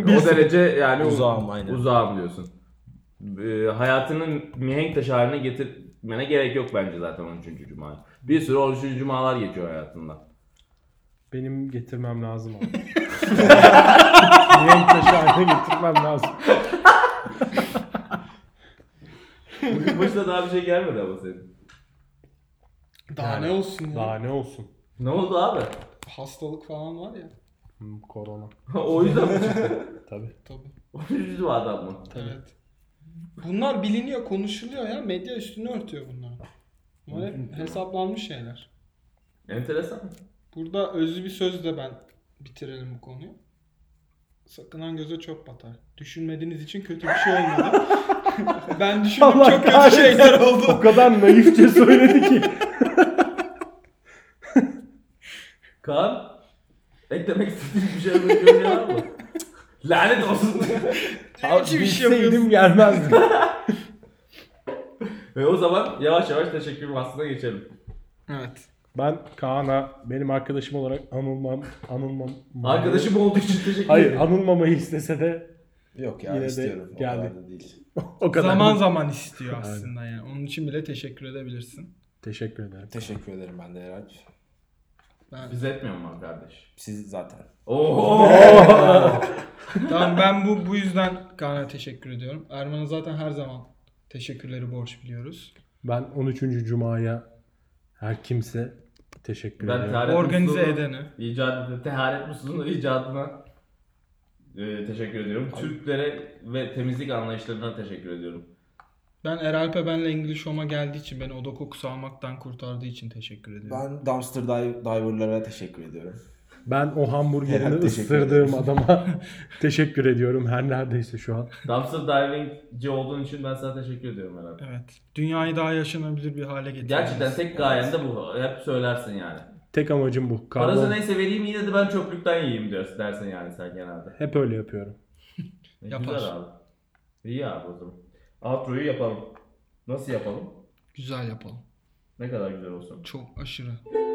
O derece yani u-
Uzağım, aynen.
Uzağım diyorsun. Ee, hayatının mihenk taşı haline getirmene gerek yok bence zaten 13. Cuma'yı. Bir sürü 13. Cumalar geçiyor hayatında.
Benim getirmem lazım abi. Renk taşı haline getirmem lazım.
Bugün başına daha bir şey gelmedi ama senin.
daha
Yani,
ne olsun ya?
Daha ne olsun?
Ne oldu abi?
Hastalık falan var ya.
Hmm, korona.
o yüzden mi çıktı?
Tabii.
Tabii.
13. Cuma'dan mı?
Evet. Bunlar biliniyor, konuşuluyor ya. Medya üstünü örtüyor bunlar. Bunlar hep hesaplanmış şeyler.
Enteresan.
Burada özlü bir sözle ben bitirelim bu konuyu. Sakınan göze çöp batar. Düşünmediğiniz için kötü bir şey olmadı. ben düşündüm
Allah
çok kötü
kahretsin.
şeyler oldu.
O kadar naifçe söyledi ki.
Kaan eklemek istediğin bir şey bir şey var mı? Lanet olsun.
Abi
Hiç bir şey
bilseydim
yapıyorsun.
gelmezdim.
Ve o zaman yavaş yavaş teşekkür bahsine geçelim.
Evet.
Ben Kaan'a benim arkadaşım olarak anılmam anılmam.
Arkadaşım olduğu için teşekkür
Hayır
ederim.
anılmamayı istese de
Yok ya
Yine de
istiyorum. O
geldi.
kadar da değil.
o kadar.
Zaman zaman istiyor aslında yani. Onun için bile teşekkür edebilirsin.
Teşekkür ederim.
Teşekkür ederim ben de herhalde.
Ben,
Biz etmiyor mu kardeş?
Siz zaten.
Oo.
tamam ben bu bu yüzden Kaan'a teşekkür ediyorum. Erman'a zaten her zaman teşekkürleri borç biliyoruz.
Ben 13. Cuma'ya her kimse teşekkür
Ben
ediyorum.
tarih- Evet,
Organize
Mustafa.
edeni.
İcadına, teharet musluğunun icadına e, teşekkür ediyorum. Türklere ve temizlik anlayışlarına teşekkür ediyorum.
Ben Eralp'e benle İngiliz Home'a geldiği için beni oda kokusu almaktan kurtardığı için teşekkür ediyorum.
Ben dumpster dive- diver'lara teşekkür ediyorum.
Ben o hamburgerini
Herhalde teşekkür
ısırdığım adama teşekkür ediyorum her neredeyse şu an.
Dumpster divingci olduğun için ben sana teşekkür ediyorum herhalde.
Evet. Dünyayı daha yaşanabilir bir hale getirdiniz.
Gerçekten tek gayen de bu. Hep söylersin yani.
Tek amacım bu.
Parası
Karbon.
neyse vereyim yine de ben çöplükten yiyeyim diyorsun dersin yani sen genelde.
Hep öyle yapıyorum.
E,
Yapar.
Güzel abi. İyi abi o zaman. Outro'yu yapalım. Nasıl yapalım?
Güzel yapalım.
Ne kadar güzel olsun.
Çok aşırı.